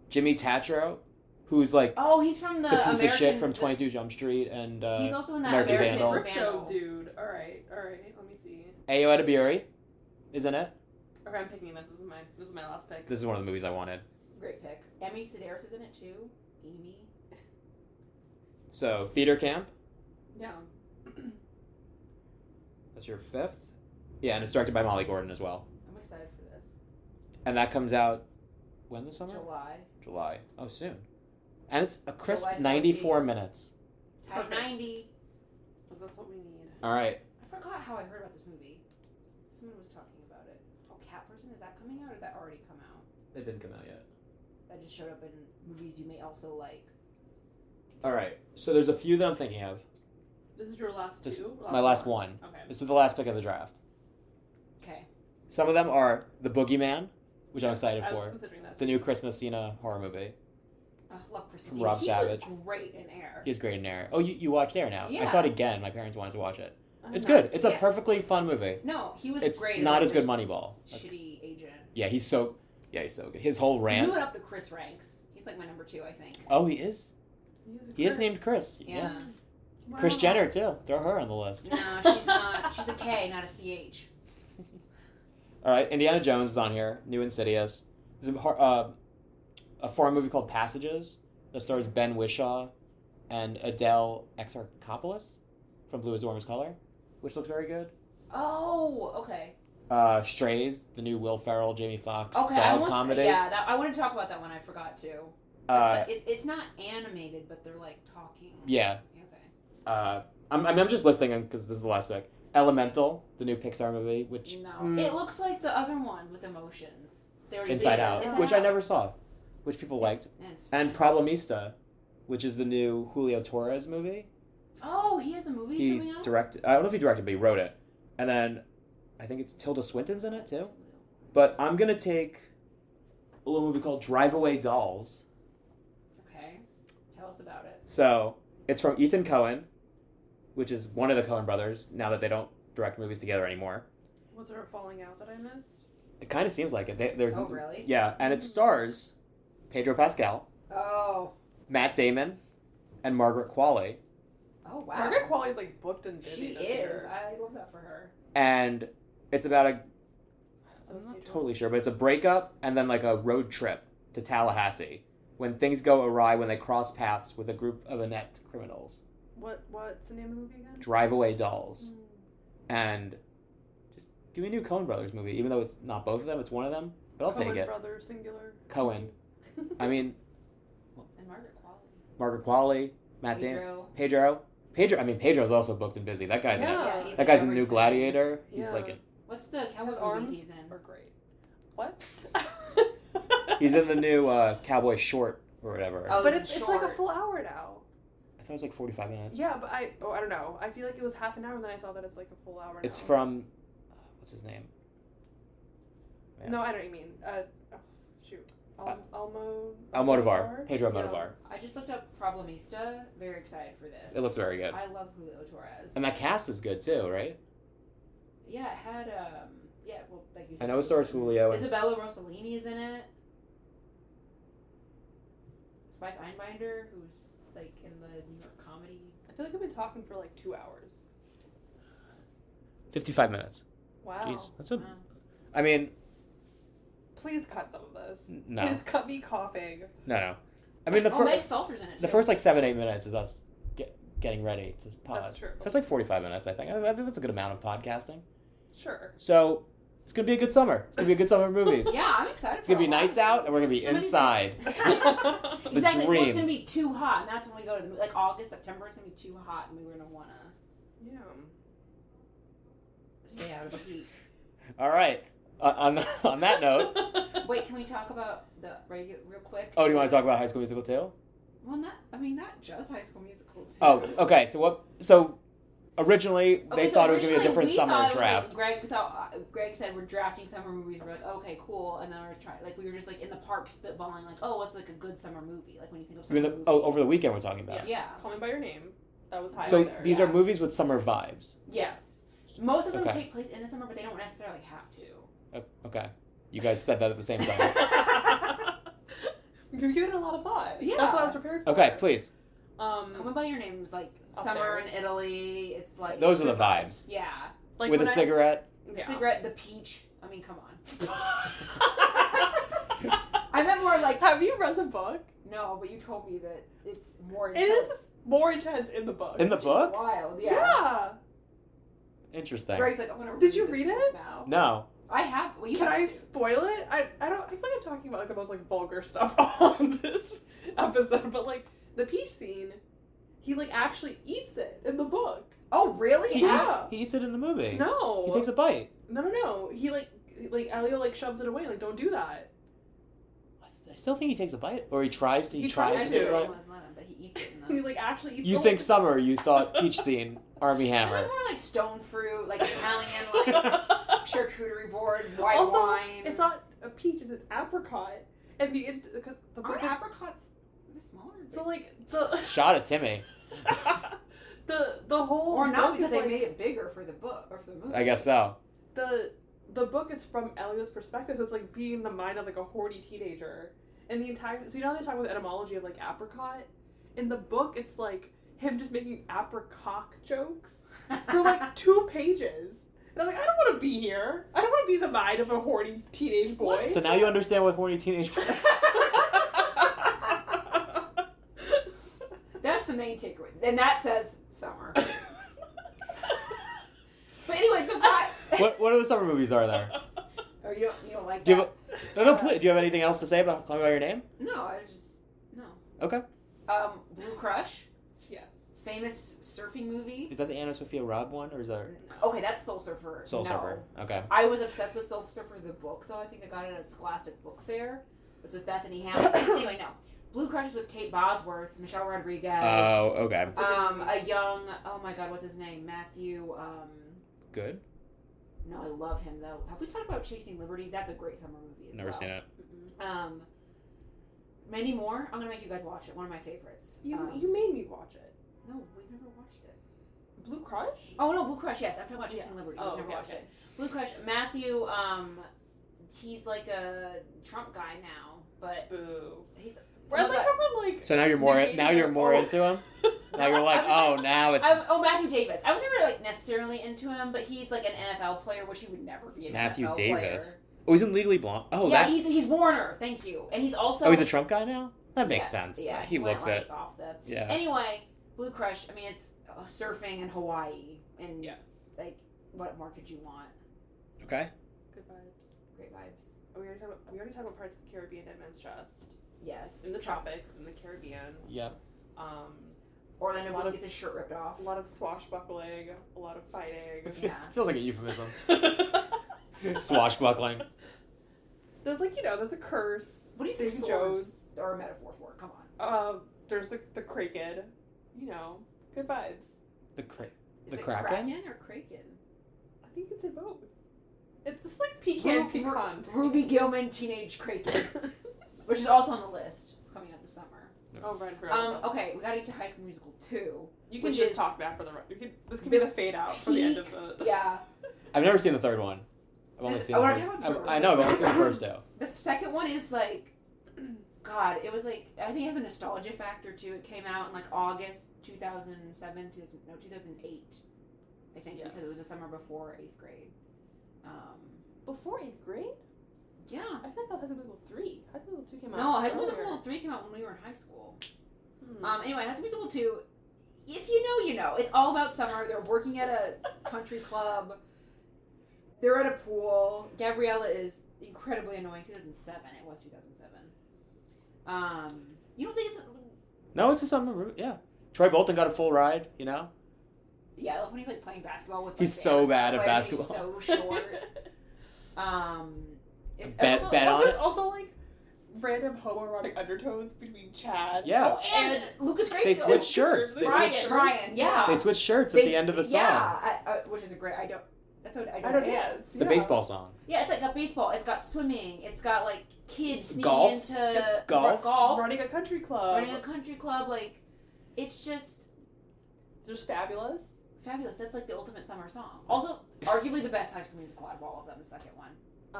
S2: Jimmy Tatro, who's like
S3: Oh, he's from the,
S2: the, piece
S3: American.
S2: of shit from
S3: the-
S2: 22 Jump Street and uh,
S3: he's also in that
S2: American Vandal.
S3: American
S1: Crypto dude. Alright, alright, let me see.
S2: Ayo Edebiri is in it.
S1: Okay, I'm picking this. This is my this is my last pick.
S2: This is one of the movies I wanted.
S3: Great pick. Emmy Sedaris is in it too. Amy.
S2: So theater camp.
S1: Yeah.
S2: That's your fifth. Yeah, and it's directed by Molly Gordon as well.
S3: I'm excited for this.
S2: And that comes out when this summer?
S3: July.
S2: July. Oh, soon. And it's a crisp
S3: July
S2: 94
S3: 14th.
S2: minutes.
S3: Type
S1: Perfect.
S3: 90.
S1: But that's what we need.
S2: All right.
S3: I forgot how I heard about this movie. Someone was talking about it. Oh, Cat Person is that coming out or did that already come out?
S2: It didn't come out yet.
S3: That just showed up in movies you may also like.
S2: All right. So there's a few that I'm thinking of.
S1: This is your last
S2: This-
S1: two?
S2: My last one.
S1: Okay.
S2: This is the last pick of the draft.
S3: Okay.
S2: Some of them are The Boogeyman, which I'm excited
S1: I was
S2: for.
S1: considering that.
S2: The new Christmas Cena horror movie.
S3: I love Christmas.
S2: From
S3: Eve.
S2: Rob
S3: he
S2: Savage.
S3: was great in Air.
S2: He's great in Air. Oh, you, you watched Air now. I
S3: Yeah.
S2: saw it again. My parents wanted to watch it.
S1: I'm
S2: It's
S1: not-
S2: good. It's a
S3: Yeah.
S2: perfectly fun movie.
S3: No, he was
S2: it's
S3: great.
S2: not
S3: like
S2: as good
S3: this
S2: Moneyball.
S3: Shitty agent.
S2: Yeah, he's so. Yeah, he's so good. His whole
S3: He's
S2: rant.
S3: moving up the Chris ranks. He's like my number two, I think.
S2: Oh, he is.
S1: He's a
S2: He is named Chris.
S3: Yeah.
S1: Wow.
S2: Chris Jenner too. Throw her on the list.
S3: No, she's not. She's a K, not a CH.
S2: All right, Indiana Jones is on here. New Insidious. There's a, hor- uh, a foreign movie called Passages that stars Ben Wishaw and Adele Exarchopoulos from Blue Is the Warmest Color, which looks very good.
S3: Oh, okay.
S2: Uh, Strays, the new Will Ferrell, Jamie Foxx
S3: Okay, I
S2: dog
S3: almost
S2: comedy.
S3: yeah. That, I want to talk about that one. I forgot to.
S2: Uh,
S3: it's, the, it, it's not animated, but they're like talking.
S2: yeah.
S3: Okay.
S2: Uh, I'm, I mean, I'm just listing them because this is the last pick. Elemental, the new Pixar movie, which
S3: No.
S2: mm,
S4: It looks like the other one with emotions.
S3: They already
S2: Inside
S3: did
S2: Out,
S3: Inside
S2: which I
S3: Out.
S2: never saw, which people liked,
S3: It's- it's
S2: and
S3: fine.
S2: Problemista, which is the new Julio Torres movie.
S4: Oh, he has a movie
S2: He
S4: coming out.
S2: directed. I don't know if he directed, but he wrote it. And then I think it's Tilda Swinton's in it too. But I'm gonna take a little movie called Drive Away Dolls.
S3: Okay. Tell us about it.
S2: So it's from Ethan Cohen, which is one of the Cohen brothers. Now that they don't direct movies together anymore,
S1: Was there a falling out that I missed?
S2: it kind of seems like it. They, there's
S3: Oh, really?
S2: yeah, and it stars Pedro Pascal,
S3: Oh.
S2: Matt Damon, and Margaret Qualley.
S3: Oh, wow.
S1: Margaret Qualley's like booked and busy.
S3: she
S1: this
S3: is.
S1: year.
S3: I love that for her.
S2: And it's about a
S1: So is Pedro.
S2: totally sure, but it's a breakup and then like a road trip to Tallahassee when things go awry when they cross paths with a group of inept criminals,
S1: What what's the name of the movie again?
S2: drive away dolls,
S1: Mm.
S2: and just give me a new Coen Brothers movie, even though it's not both of them, it's one of them, but I'll
S1: Coen
S2: take it.
S1: Brothers singular. (laughs)
S2: Cohen. I mean,
S4: And Margaret Qualley.
S2: Margaret Qualley, Matt Damon,
S4: Pedro.
S2: Pedro. Pedro, I mean, Pedro's also booked and busy. That guy's in it.
S1: Yeah.
S3: he's
S2: That
S3: in
S2: guy's in the new
S3: everything.
S2: Gladiator. He's
S1: Yeah.
S2: like in,
S4: What's the cowboy movie
S1: arms
S4: he's in?
S1: Are great.
S2: (laughs)
S1: What? (laughs)
S2: he's in the new uh, Cowboy Short or whatever.
S4: Oh,
S1: But
S4: it's
S1: it's, it's like a
S4: short.
S1: full hour now.
S2: I thought it was like forty five minutes.
S1: Yeah, but I oh I don't know. I feel like it was half an hour, and then I saw that it's like a full hour.
S2: It's
S1: now.
S2: from what's his name? yeah.
S1: No, I don't mean. Uh, oh, shoot, Al-
S2: Uh,
S1: Almo.
S2: Almodovar, Pedro
S1: Yeah.
S2: Almodovar.
S3: I just looked up Problemista. Very excited for this.
S2: It looks very good,
S3: I love Julio Torres.
S2: and that cast is good too, right?
S3: yeah, it had um. Yeah, well, like you
S2: I
S3: said,
S2: know it stars Julio and
S3: Isabella Rossellini is in it. Spike Einbinder, who's like in the New York comedy.
S1: I feel like we've been talking for like two hours.
S2: fifty five minutes.
S1: Wow.
S2: Jeez, that's a.
S3: Wow.
S2: I mean,
S1: Please cut some of this.
S2: n- no,
S1: Please cut me coughing.
S2: no, no. I mean, the
S3: oh, Meg
S2: first
S3: Stalter's in it.
S2: the
S3: too.
S2: first like seven eight minutes is us get, getting ready to pod.
S1: That's true.
S2: So it's like forty five minutes, I think. I, I think that's a good amount of podcasting. (laughs)
S1: Sure.
S2: So it's gonna be a good summer. It's gonna be a good summer of movies.
S3: (laughs) Yeah, I'm excited.
S2: It's
S3: for
S2: gonna be
S3: a lot
S2: nice
S3: of
S2: out, and we're gonna be
S3: Somebody-
S2: inside. (laughs)
S1: That's
S2: The
S3: exactly. Well,
S2: dream.
S3: it's gonna be too hot, and that's when we go to the like August, September. It's gonna be too hot, and we were gonna wanna
S1: Yeah.
S3: stay out of the
S2: (laughs)
S3: heat.
S2: All right. Uh, on (laughs) on that
S1: (laughs)
S2: note,
S3: Wait, can we talk about the regular real quick?
S2: oh, do you want to talk about High School Musical too?
S3: Well, not. I mean, not just High School Musical. Too.
S2: Oh, okay. So what? So originally they
S3: Okay, so
S2: thought it was going to be a different
S3: originally we
S2: summer
S3: thought it was, like,
S2: draft.
S3: Greg thought uh, Greg said we're drafting summer movies. We're like, okay, cool. And then we were trying, like, we were just like in the park spitballing, like, oh, what's like a good summer movie? Like when you think of
S2: I
S3: summer
S2: mean, the,
S3: movies.
S2: oh, over the weekend we're talking about.
S3: Yeah.
S1: Call me by your name. That was high.
S2: So
S1: up there.
S2: these
S3: yeah.
S1: (laughs)
S2: are movies with summer vibes.
S3: yes, most of them
S2: Okay.
S3: take place in the summer, but they don't necessarily have to.
S2: O- Okay, you guys said that at the same time.
S1: You're giving it a lot of thought.
S3: Yeah.
S1: That's what I was prepared for.
S2: Okay, please.
S1: Um,
S3: Coming by Your Name is like
S1: Up
S3: summer
S1: there.
S3: in Italy. It's like
S2: Those are the vibes.
S3: yeah,
S1: like
S2: with a
S1: when I-
S2: cigarette.
S1: Yeah.
S3: cigarette, the peach. I mean, come on.
S1: I
S3: I meant more like
S1: Have you read the book?
S3: no, but you told me that it's more.
S1: It
S3: intense.
S1: is more intense in the book.
S2: In the
S3: Just
S2: book?
S3: Wild,
S1: yeah.
S3: yeah.
S2: Interesting.
S3: Greg's like, I'm gonna.
S1: Did you
S3: this
S1: read
S3: book
S1: it?
S3: now?
S2: No.
S3: I have. Well, you
S1: Can
S3: have
S1: I
S3: to.
S1: spoil it? I, I don't. I feel like I'm talking about like the most like vulgar stuff (laughs) on this episode, but like the peach scene, he like actually eats it in the book.
S3: Oh, really?
S2: He,
S1: Yeah.
S2: eats, he eats it in the movie.
S1: No,
S2: He takes a bite.
S1: no, no, no. He like like Elio like shoves it away. Like don't do that.
S2: I still think he takes a bite, or he tries to. He,
S1: He
S2: tries,
S1: tries
S2: to. take a
S1: to.
S2: bite.
S3: was not him, but he eats it.
S1: (laughs) he like actually eats.
S2: You
S1: the (laughs)
S2: think summer? You thought peach scene, army
S3: I meant
S2: hammer.
S3: more like stone fruit, like Italian,
S1: (laughs)
S3: like charcuterie board, white
S1: also,
S3: wine.
S1: it's not a peach; it's an apricot. And the because the book
S3: Aren't
S1: is
S3: apricots are they smaller?
S1: so like
S2: (laughs)
S1: the
S2: Shot at Timmy.
S1: the the whole
S3: or
S1: book
S3: not because
S1: is,
S3: they
S1: like,
S3: made it bigger for the book or for the movie.
S2: I guess so.
S1: the the book is from Elio's perspective. So it's like being in the mind of like a horny teenager, and the entire so you know how they talk about etymology of like apricot. In the book, it's like him just making apricot jokes
S3: (laughs)
S1: for like two pages. And I'm like, I don't want to be here. I don't want to be in the mind of a horny teenage boy. (laughs)
S2: So now you understand what horny teenage. (laughs)
S3: That's the main takeaway, and that says summer. But
S2: (laughs)
S3: anyway, the vibe.
S2: what what other summer movies are there?
S3: Or you don't you don't like
S2: Do you
S3: that?
S2: have No, no, please. Do you have anything else to say about Call Me By Your Name?
S3: No, I just no.
S2: Okay.
S3: Um, Blue Crush,
S1: yes.
S3: famous surfing movie.
S2: Is that the Anna Sophia Robb one, or is that
S3: Okay, that's Soul Surfer.
S2: Soul
S3: No.
S2: Surfer? Okay.
S3: I was obsessed with Soul Surfer the book though. I think I got it at Scholastic Book Fair. It's with Bethany
S2: (coughs)
S3: Hamilton. anyway, no. Blue Crush is with Kate Bosworth, Michelle Rodriguez.
S2: Oh, okay.
S3: um, a young oh my god, what's his name? Matthew. Um,
S2: Good.
S3: no, I love him though. Have we talked about Chasing Liberty? That's a great summer movie. As
S2: Never
S3: well.
S2: seen it.
S1: Mm-hmm.
S3: Um, many more. I'm gonna make you guys watch it. One of my favorites.
S1: You
S3: Um,
S1: you made me watch it.
S3: no, we've never watched it.
S1: Blue Crush?
S3: Oh no, Blue Crush. Yes, I'm talking about Chasing Liberty.
S1: Oh,
S3: We've never
S1: okay,
S3: watched
S1: okay.
S3: it. Blue Crush. Matthew. Um, he's like a Trump guy now, but
S1: Boo.
S3: he's.
S1: We're like how we're like
S2: So now you're more
S1: Negating
S2: now you're
S1: it.
S2: more
S1: Oh.
S2: into
S3: (laughs)
S2: him. Now you're
S3: I
S2: like,
S3: was
S2: oh, now it's
S3: I, oh, Matthew Davis. I was never like necessarily into him, but he's like an NFL player, which he would never be. An
S2: Matthew
S3: NFL
S2: Davis.
S3: Player.
S2: Oh, he's in Legally Blonde. Oh,
S3: yeah,
S2: that.
S3: he's he's Warner. Thank you, and he's also.
S2: oh, he's a Trump guy now. That makes
S3: Yeah,
S2: sense.
S3: Yeah,
S2: he,
S3: went,
S2: looks
S3: like,
S2: it.
S3: off the.
S2: Yeah.
S3: Anyway, Blue Crush. I mean, it's uh, surfing in Hawaii, and
S1: Yes.
S3: like, what more could you want?
S2: Okay.
S1: Good vibes.
S3: Great vibes.
S1: We already talked about we already talked about Pirates of the Caribbean and Men's Chest.
S3: Yes.
S1: In the tropics, in the Caribbean.
S3: (laughs)
S2: Yep.
S1: Um A
S3: Orlando
S1: lot
S3: Bloom
S1: of-
S3: gets his shirt ripped off.
S1: a lot of swashbuckling, a lot of (laughs) fighting.
S3: Yeah.
S2: feels like a euphemism.
S3: (laughs)
S1: there's
S2: Swashbuckling.
S1: like, you know, there's a curse.
S3: What do you think
S1: Davy
S3: swords are a metaphor for? Come on.
S1: Uh, there's the the Kraken. You know, good vibes.
S2: The crit.
S3: Is
S2: The
S3: it
S2: Kraken?
S3: or Kraken?
S1: I think it's in both. It's just like pecan
S3: Ru- Ru-
S1: pecan. (laughs)
S3: Ruby Gilman, Teenage Kraken, which is also on the list coming up this summer.
S1: oh, right. I forgot
S3: Um,
S1: about that.
S3: okay, we gotta get to High School Musical
S1: (laughs)
S3: 2.
S1: You can
S3: which
S1: just
S3: is-
S1: talk that for the. re- You can. This can be the fade out for the end of the.
S3: Yeah.
S2: I've never seen the third one. I've only
S3: This-
S2: seen
S3: oh,
S2: the
S3: we're
S2: first.
S3: talking
S2: I've-
S3: about the
S2: I know. I've
S3: first
S2: only seen the
S3: one.
S2: first though.
S3: The second one is like, (clears throat) God, it was like, I think it has a nostalgia factor too. It came out in like August 2007, 2000, no, 2008, I think, because it
S1: Yes.
S3: was the summer before eighth grade. Um,
S1: (laughs) Before eighth grade,
S3: yeah.
S1: I feel like High School Musical three. High School Musical two came
S3: No, High School Musical 3 came out when we were in high school.
S1: Hmm.
S3: (laughs) Um, anyway, High School Musical 2, if you know, you know. It's all about summer. They're working at a country club. They're at a pool. Gabriella is incredibly annoying. 2007. It was 2007. Um, you don't think it's...
S2: No, it's a summer. movie, Yeah. Troy Bolton got a full ride. You know.
S3: Yeah, I love when he's, like, playing basketball with, like,
S2: He's
S3: the
S2: so
S3: Amazon
S2: bad at
S3: players, and He's so
S2: (laughs)
S3: short. um... It's
S2: Bet-
S3: also-
S2: bet on
S1: there's
S2: it.
S1: (laughs) also like random homoerotic undertones between Chad.
S2: Yeah.
S3: Oh, and, Lucas Grayfield.
S2: They switch shirts. They
S3: Brian,
S2: switch shirts.
S3: Brian, yeah.
S2: They switch shirts at
S3: Uh, They-
S2: the end of the song.
S3: Yeah, I, I, which is a great. I don't. That's what I don't,
S1: I don't
S3: dance.
S1: dance.
S2: It's a baseball song.
S3: Yeah, it's like a baseball. It's got swimming. It's got like kids sneaking
S2: Golf.
S3: into
S2: golf.
S3: golf, running,
S1: Running a country club.
S2: Um,
S3: a country club. Like, it's just
S1: Just fabulous.
S3: fabulous. That's like the ultimate summer song. Also, arguably the best High School Musical out of all of them. The second one.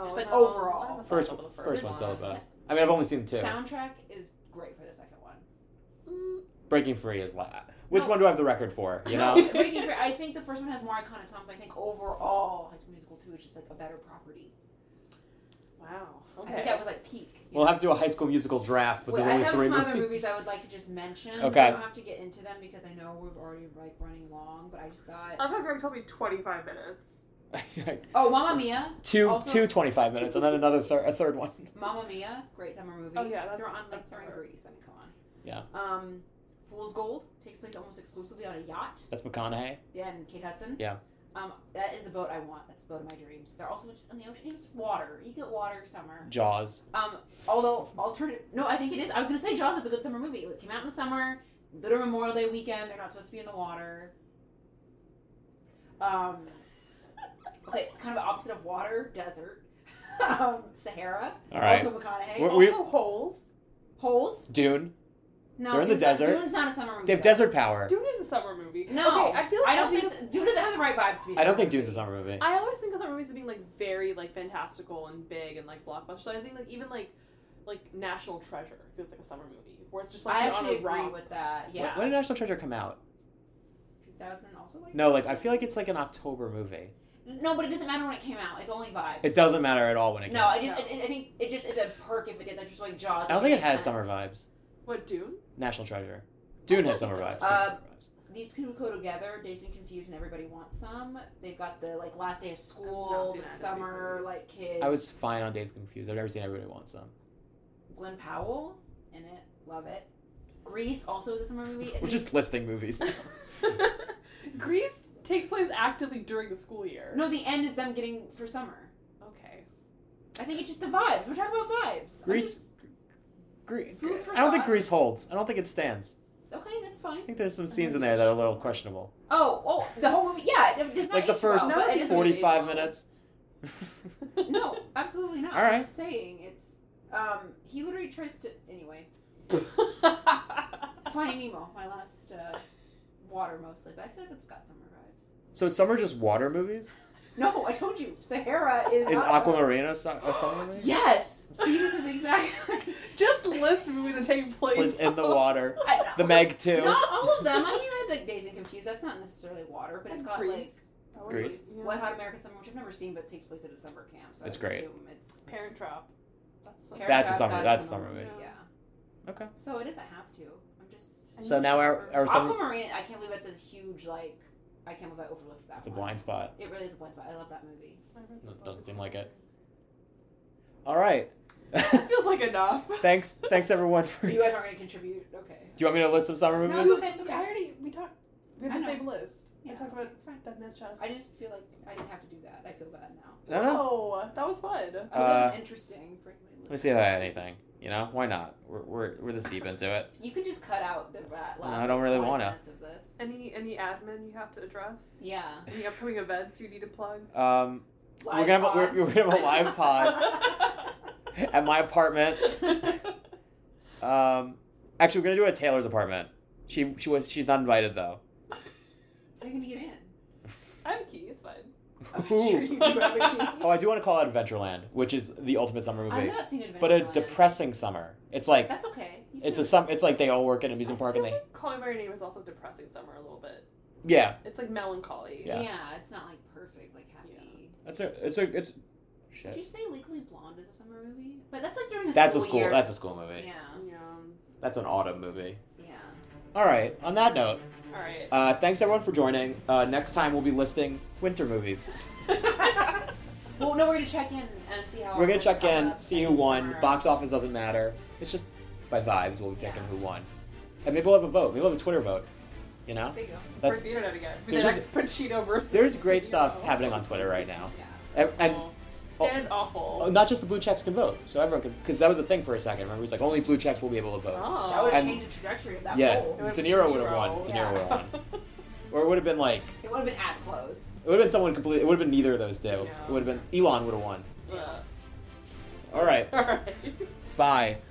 S3: Just, like, overall.
S1: I Oh, was
S2: First-
S1: also the
S2: first
S3: This
S2: one's all
S3: se-
S2: about- I mean, I've only seen two.
S3: Soundtrack is great for the second one.
S1: Mm,
S2: Breaking Free is like. Which
S3: No.
S2: one do I have the record for? You
S3: (laughs)
S2: know.
S3: No, Breaking Free- I think the first one has more iconic songs. But I think overall, High School Musical two is just like a better property.
S1: Wow.
S3: I think
S1: Okay.
S3: that was like peak. you
S2: We'll have to do a High School Musical draft, but
S3: Well,
S2: there's only
S3: I have
S2: three
S3: some
S2: movies.
S3: other movies I would like to just mention.
S2: Okay.
S3: I don't have to get into them because I know we're already like running long, but I just thought.
S1: I'm Greg told me 25 minutes.
S2: (laughs)
S3: Oh, Mamma Mia!
S2: two
S3: Also-
S2: two 25 minutes, and then another thir- a third one.
S3: Mamma Mia, great summer movie.
S1: Oh, yeah, that's-
S3: they're on like
S1: that's
S3: they're in
S1: summer.
S3: Greece. I mean, come on.
S2: Yeah.
S3: Um, Fool's Gold takes place almost exclusively on a yacht.
S2: That's McConaughey.
S3: Yeah, and Kate Hudson.
S2: Yeah.
S3: Um, that is the boat I want. That's the boat of my dreams. They're also just in the ocean. It's water. You get water summer.
S2: Jaws.
S3: Um, although alternative. No, I think it is. I was gonna say Jaws is a good summer movie. It came out in the summer. Little Memorial Day weekend. They're not supposed to be in the water. Um, okay, kind of opposite of water, desert, (laughs) um, Sahara.
S2: All right.
S3: Also McConaughey.
S2: We're- we-
S1: also holes.
S3: Holes.
S2: Dune.
S3: No,
S2: They're in the
S3: Dune's not-
S2: desert.
S3: Dune's not a summer movie.
S2: They have desert power.
S1: Dune is a summer movie.
S3: No,
S1: Okay, I feel. Like
S3: I don't
S1: these-
S3: think so. Dune doesn't have the right vibes to be.
S2: I don't think
S3: summer
S2: Dune's a
S3: movie.
S2: summer movie.
S1: I always think of summer movies as being like very like fantastical and big and like blockbuster. So I think like even like like National Treasure feels like a summer movie where it's just like
S3: I
S1: you're
S3: actually
S1: on a
S3: agree
S1: romp.
S3: with that.
S2: When-
S3: Yeah.
S2: When did National Treasure come out?
S3: 2000 also like.
S2: No, like I feel like it's like an October movie.
S3: No, but it doesn't matter when it came out. It's only vibes.
S2: It doesn't matter at all when it.
S3: No,
S2: came.
S3: I just I, I think it just is a perk if it did. That's just like Jaws.
S2: I don't
S3: if
S2: think it
S3: makes
S2: has summer
S3: sense.
S2: vibes.
S1: What Dune? (laughs)
S2: National Treasure. Dune has
S1: think
S2: summer
S1: it does.
S2: vibes. Dune has
S3: Uh,
S2: summer vibes.
S3: These two go together. Dazed and confused, and everybody wants some. They've got the like last day of
S1: I've not
S3: school,
S1: seen
S3: the
S1: either of these
S3: summer,
S1: movies.
S3: like kids.
S2: I was fine on Days Confused. I've never seen Everybody Wants Some.
S3: Glenn Powell in it. Love it. Grease also is a summer movie. I
S2: We're
S3: think-
S2: just listing movies.
S1: Greece takes place actively during the school year.
S3: no, the end is them getting for summer.
S1: Okay.
S3: I think it's just the vibes. We're talking about vibes. I'm
S2: Grease. Gre-
S3: Food for
S2: I don't think
S3: thought.
S2: Grease holds. I don't think it stands.
S3: just- okay, that's fine.
S2: I think there's some scenes in there that are a little questionable.
S3: Oh, oh, the whole movie. Yeah, it does not
S2: Like the
S3: age well,
S2: first
S3: but it is what it is.
S2: 45 minutes. (laughs)
S3: (laughs) No, absolutely not.
S2: All right.
S3: I'm just saying it's. Um, he literally tries to. Anyway, Finding Nemo, my last uh, water mostly, but I feel like it's got summer vibes.
S2: So some are just water movies?
S3: No, I told you, Sahara is.
S2: Is
S3: not-
S2: Aquamarina so- a summer movie?
S3: Yes. See, this is exactly.
S1: (laughs) Just list movies that take place.
S2: Place in the
S3: (laughs)
S2: water.
S3: I-
S2: The Meg 2.
S3: Not all of them. I mean, I have like Days and Confused. That's not necessarily water, but it's
S1: And
S3: got
S1: Grease. That was
S2: Grease.
S1: yeah.
S3: like Wet Hot American Summer, which I've never seen, but it takes place at a summer camp. So I
S2: It's
S3: would
S2: great.
S3: assume It's
S1: Parent Trap. That's
S3: Parent
S2: That's a
S3: Trap
S2: summer-
S3: got
S2: that's a summer
S1: movie.
S3: Yeah.
S2: Okay.
S3: So it is. I have to. I'm just.
S2: So now our, our summer.
S3: Aquamarine. I can't believe that's a huge like. I can't believe I overlooked that.
S2: It's a
S3: one.
S2: blind spot.
S3: It really is a blind spot. I love that movie.
S2: It doesn't seem like it. All right. (laughs)
S1: Feels like enough.
S2: thanks, thanks everyone for.
S3: (laughs) You guys aren't going to contribute. Okay.
S2: Do you want me to list some summer
S3: No,
S2: movies?
S3: it's okay. It's
S1: I
S3: okay.
S1: already we talked. We have
S3: I
S1: the
S3: know.
S1: same list. We
S3: Yeah.
S1: talked about
S3: It's fine.
S1: Dead Man's Chest.
S3: I just feel like I didn't have to do that. I feel bad now.
S2: No, no.
S1: Oh, that was fun.
S3: I think that
S2: Uh,
S3: was interesting for anyone
S2: Let's see if I had anything. You know, why not? We're, we're, we're this deep into it.
S3: You can just cut out the ra- last.
S2: No, I don't really wanna.
S3: want to. Of this.
S1: Any any admin you have to address?
S3: Yeah.
S1: Any upcoming events you need to plug?
S2: Um, we're
S3: Live
S2: gonna have a,
S3: pod.
S2: we're, we're gonna have a live
S3: (laughs)
S2: pod
S1: (laughs)
S2: at my apartment. Um, actually, we're gonna do it at Taylor's apartment. She she was she's not invited though.
S3: How are you gonna
S2: (laughs)
S3: get in?
S1: I'm key. It's fine.
S3: I'm sure
S2: Ooh.
S3: you do have a (laughs) key.
S2: Oh, I do want to call out Adventureland, which is the ultimate summer
S3: I've
S2: movie,
S3: not seen Adventure.
S2: but a depressing summer. It's like
S3: That's okay. You
S2: it's
S3: can-
S2: a sum. It's like they all work at an amusement park and they
S1: Call Me by Your Name is also depressing summer a little bit.
S2: yeah.
S1: It's like melancholy.
S2: Yeah.
S3: Yeah. it's not like perfect, like happy.
S2: It's a it's a it's
S3: Did you
S2: shit.
S3: say Legally Blonde is a summer movie? But that's like during a
S2: That's
S3: school
S2: a school.
S3: year.
S2: That's a school movie.
S3: yeah,
S1: Yeah.
S2: That's an autumn movie.
S3: yeah.
S2: All right. On that note,
S1: All right.
S2: uh, thanks everyone for joining. Uh, next time we'll be listing winter movies.
S3: Well, no, we're gonna check in and see how
S2: We're gonna
S3: our
S2: check in,
S3: startups
S2: see who
S3: and
S2: won.
S3: summer-
S2: Box office doesn't matter. It's just by vibes we'll be picking who
S3: Yeah.
S2: won, and maybe we'll have a vote. Maybe we'll have a Twitter vote. You know,
S3: There you go.
S1: That's,
S2: (laughs) that's
S1: the internet again. But
S2: there's
S1: then like Pacino versus.
S2: there's
S1: (laughs)
S2: great
S1: Pacino.
S2: stuff happening on Twitter right now,
S3: Yeah.
S2: and, and
S1: Awful. and awful.
S2: oh, not just the blue checks can vote, so everyone can. Because that was a thing for a second. Remember, it was like only blue checks will be able to vote.
S1: Oh.
S3: That would
S2: And-
S3: change the trajectory of that
S2: Yeah,
S3: poll.
S1: would've
S2: De
S1: been
S2: Niro would
S1: De
S2: have
S1: Niro.
S2: won. De Niro
S3: Yeah.
S2: would have won, or it would have been like
S3: It would have been as close.
S2: it would have been someone completely. It would have been neither of those two.
S1: No.
S2: It would have been Elon would have won.
S1: Yeah.
S3: (laughs)
S2: All right,
S1: All right.
S2: bye. (laughs)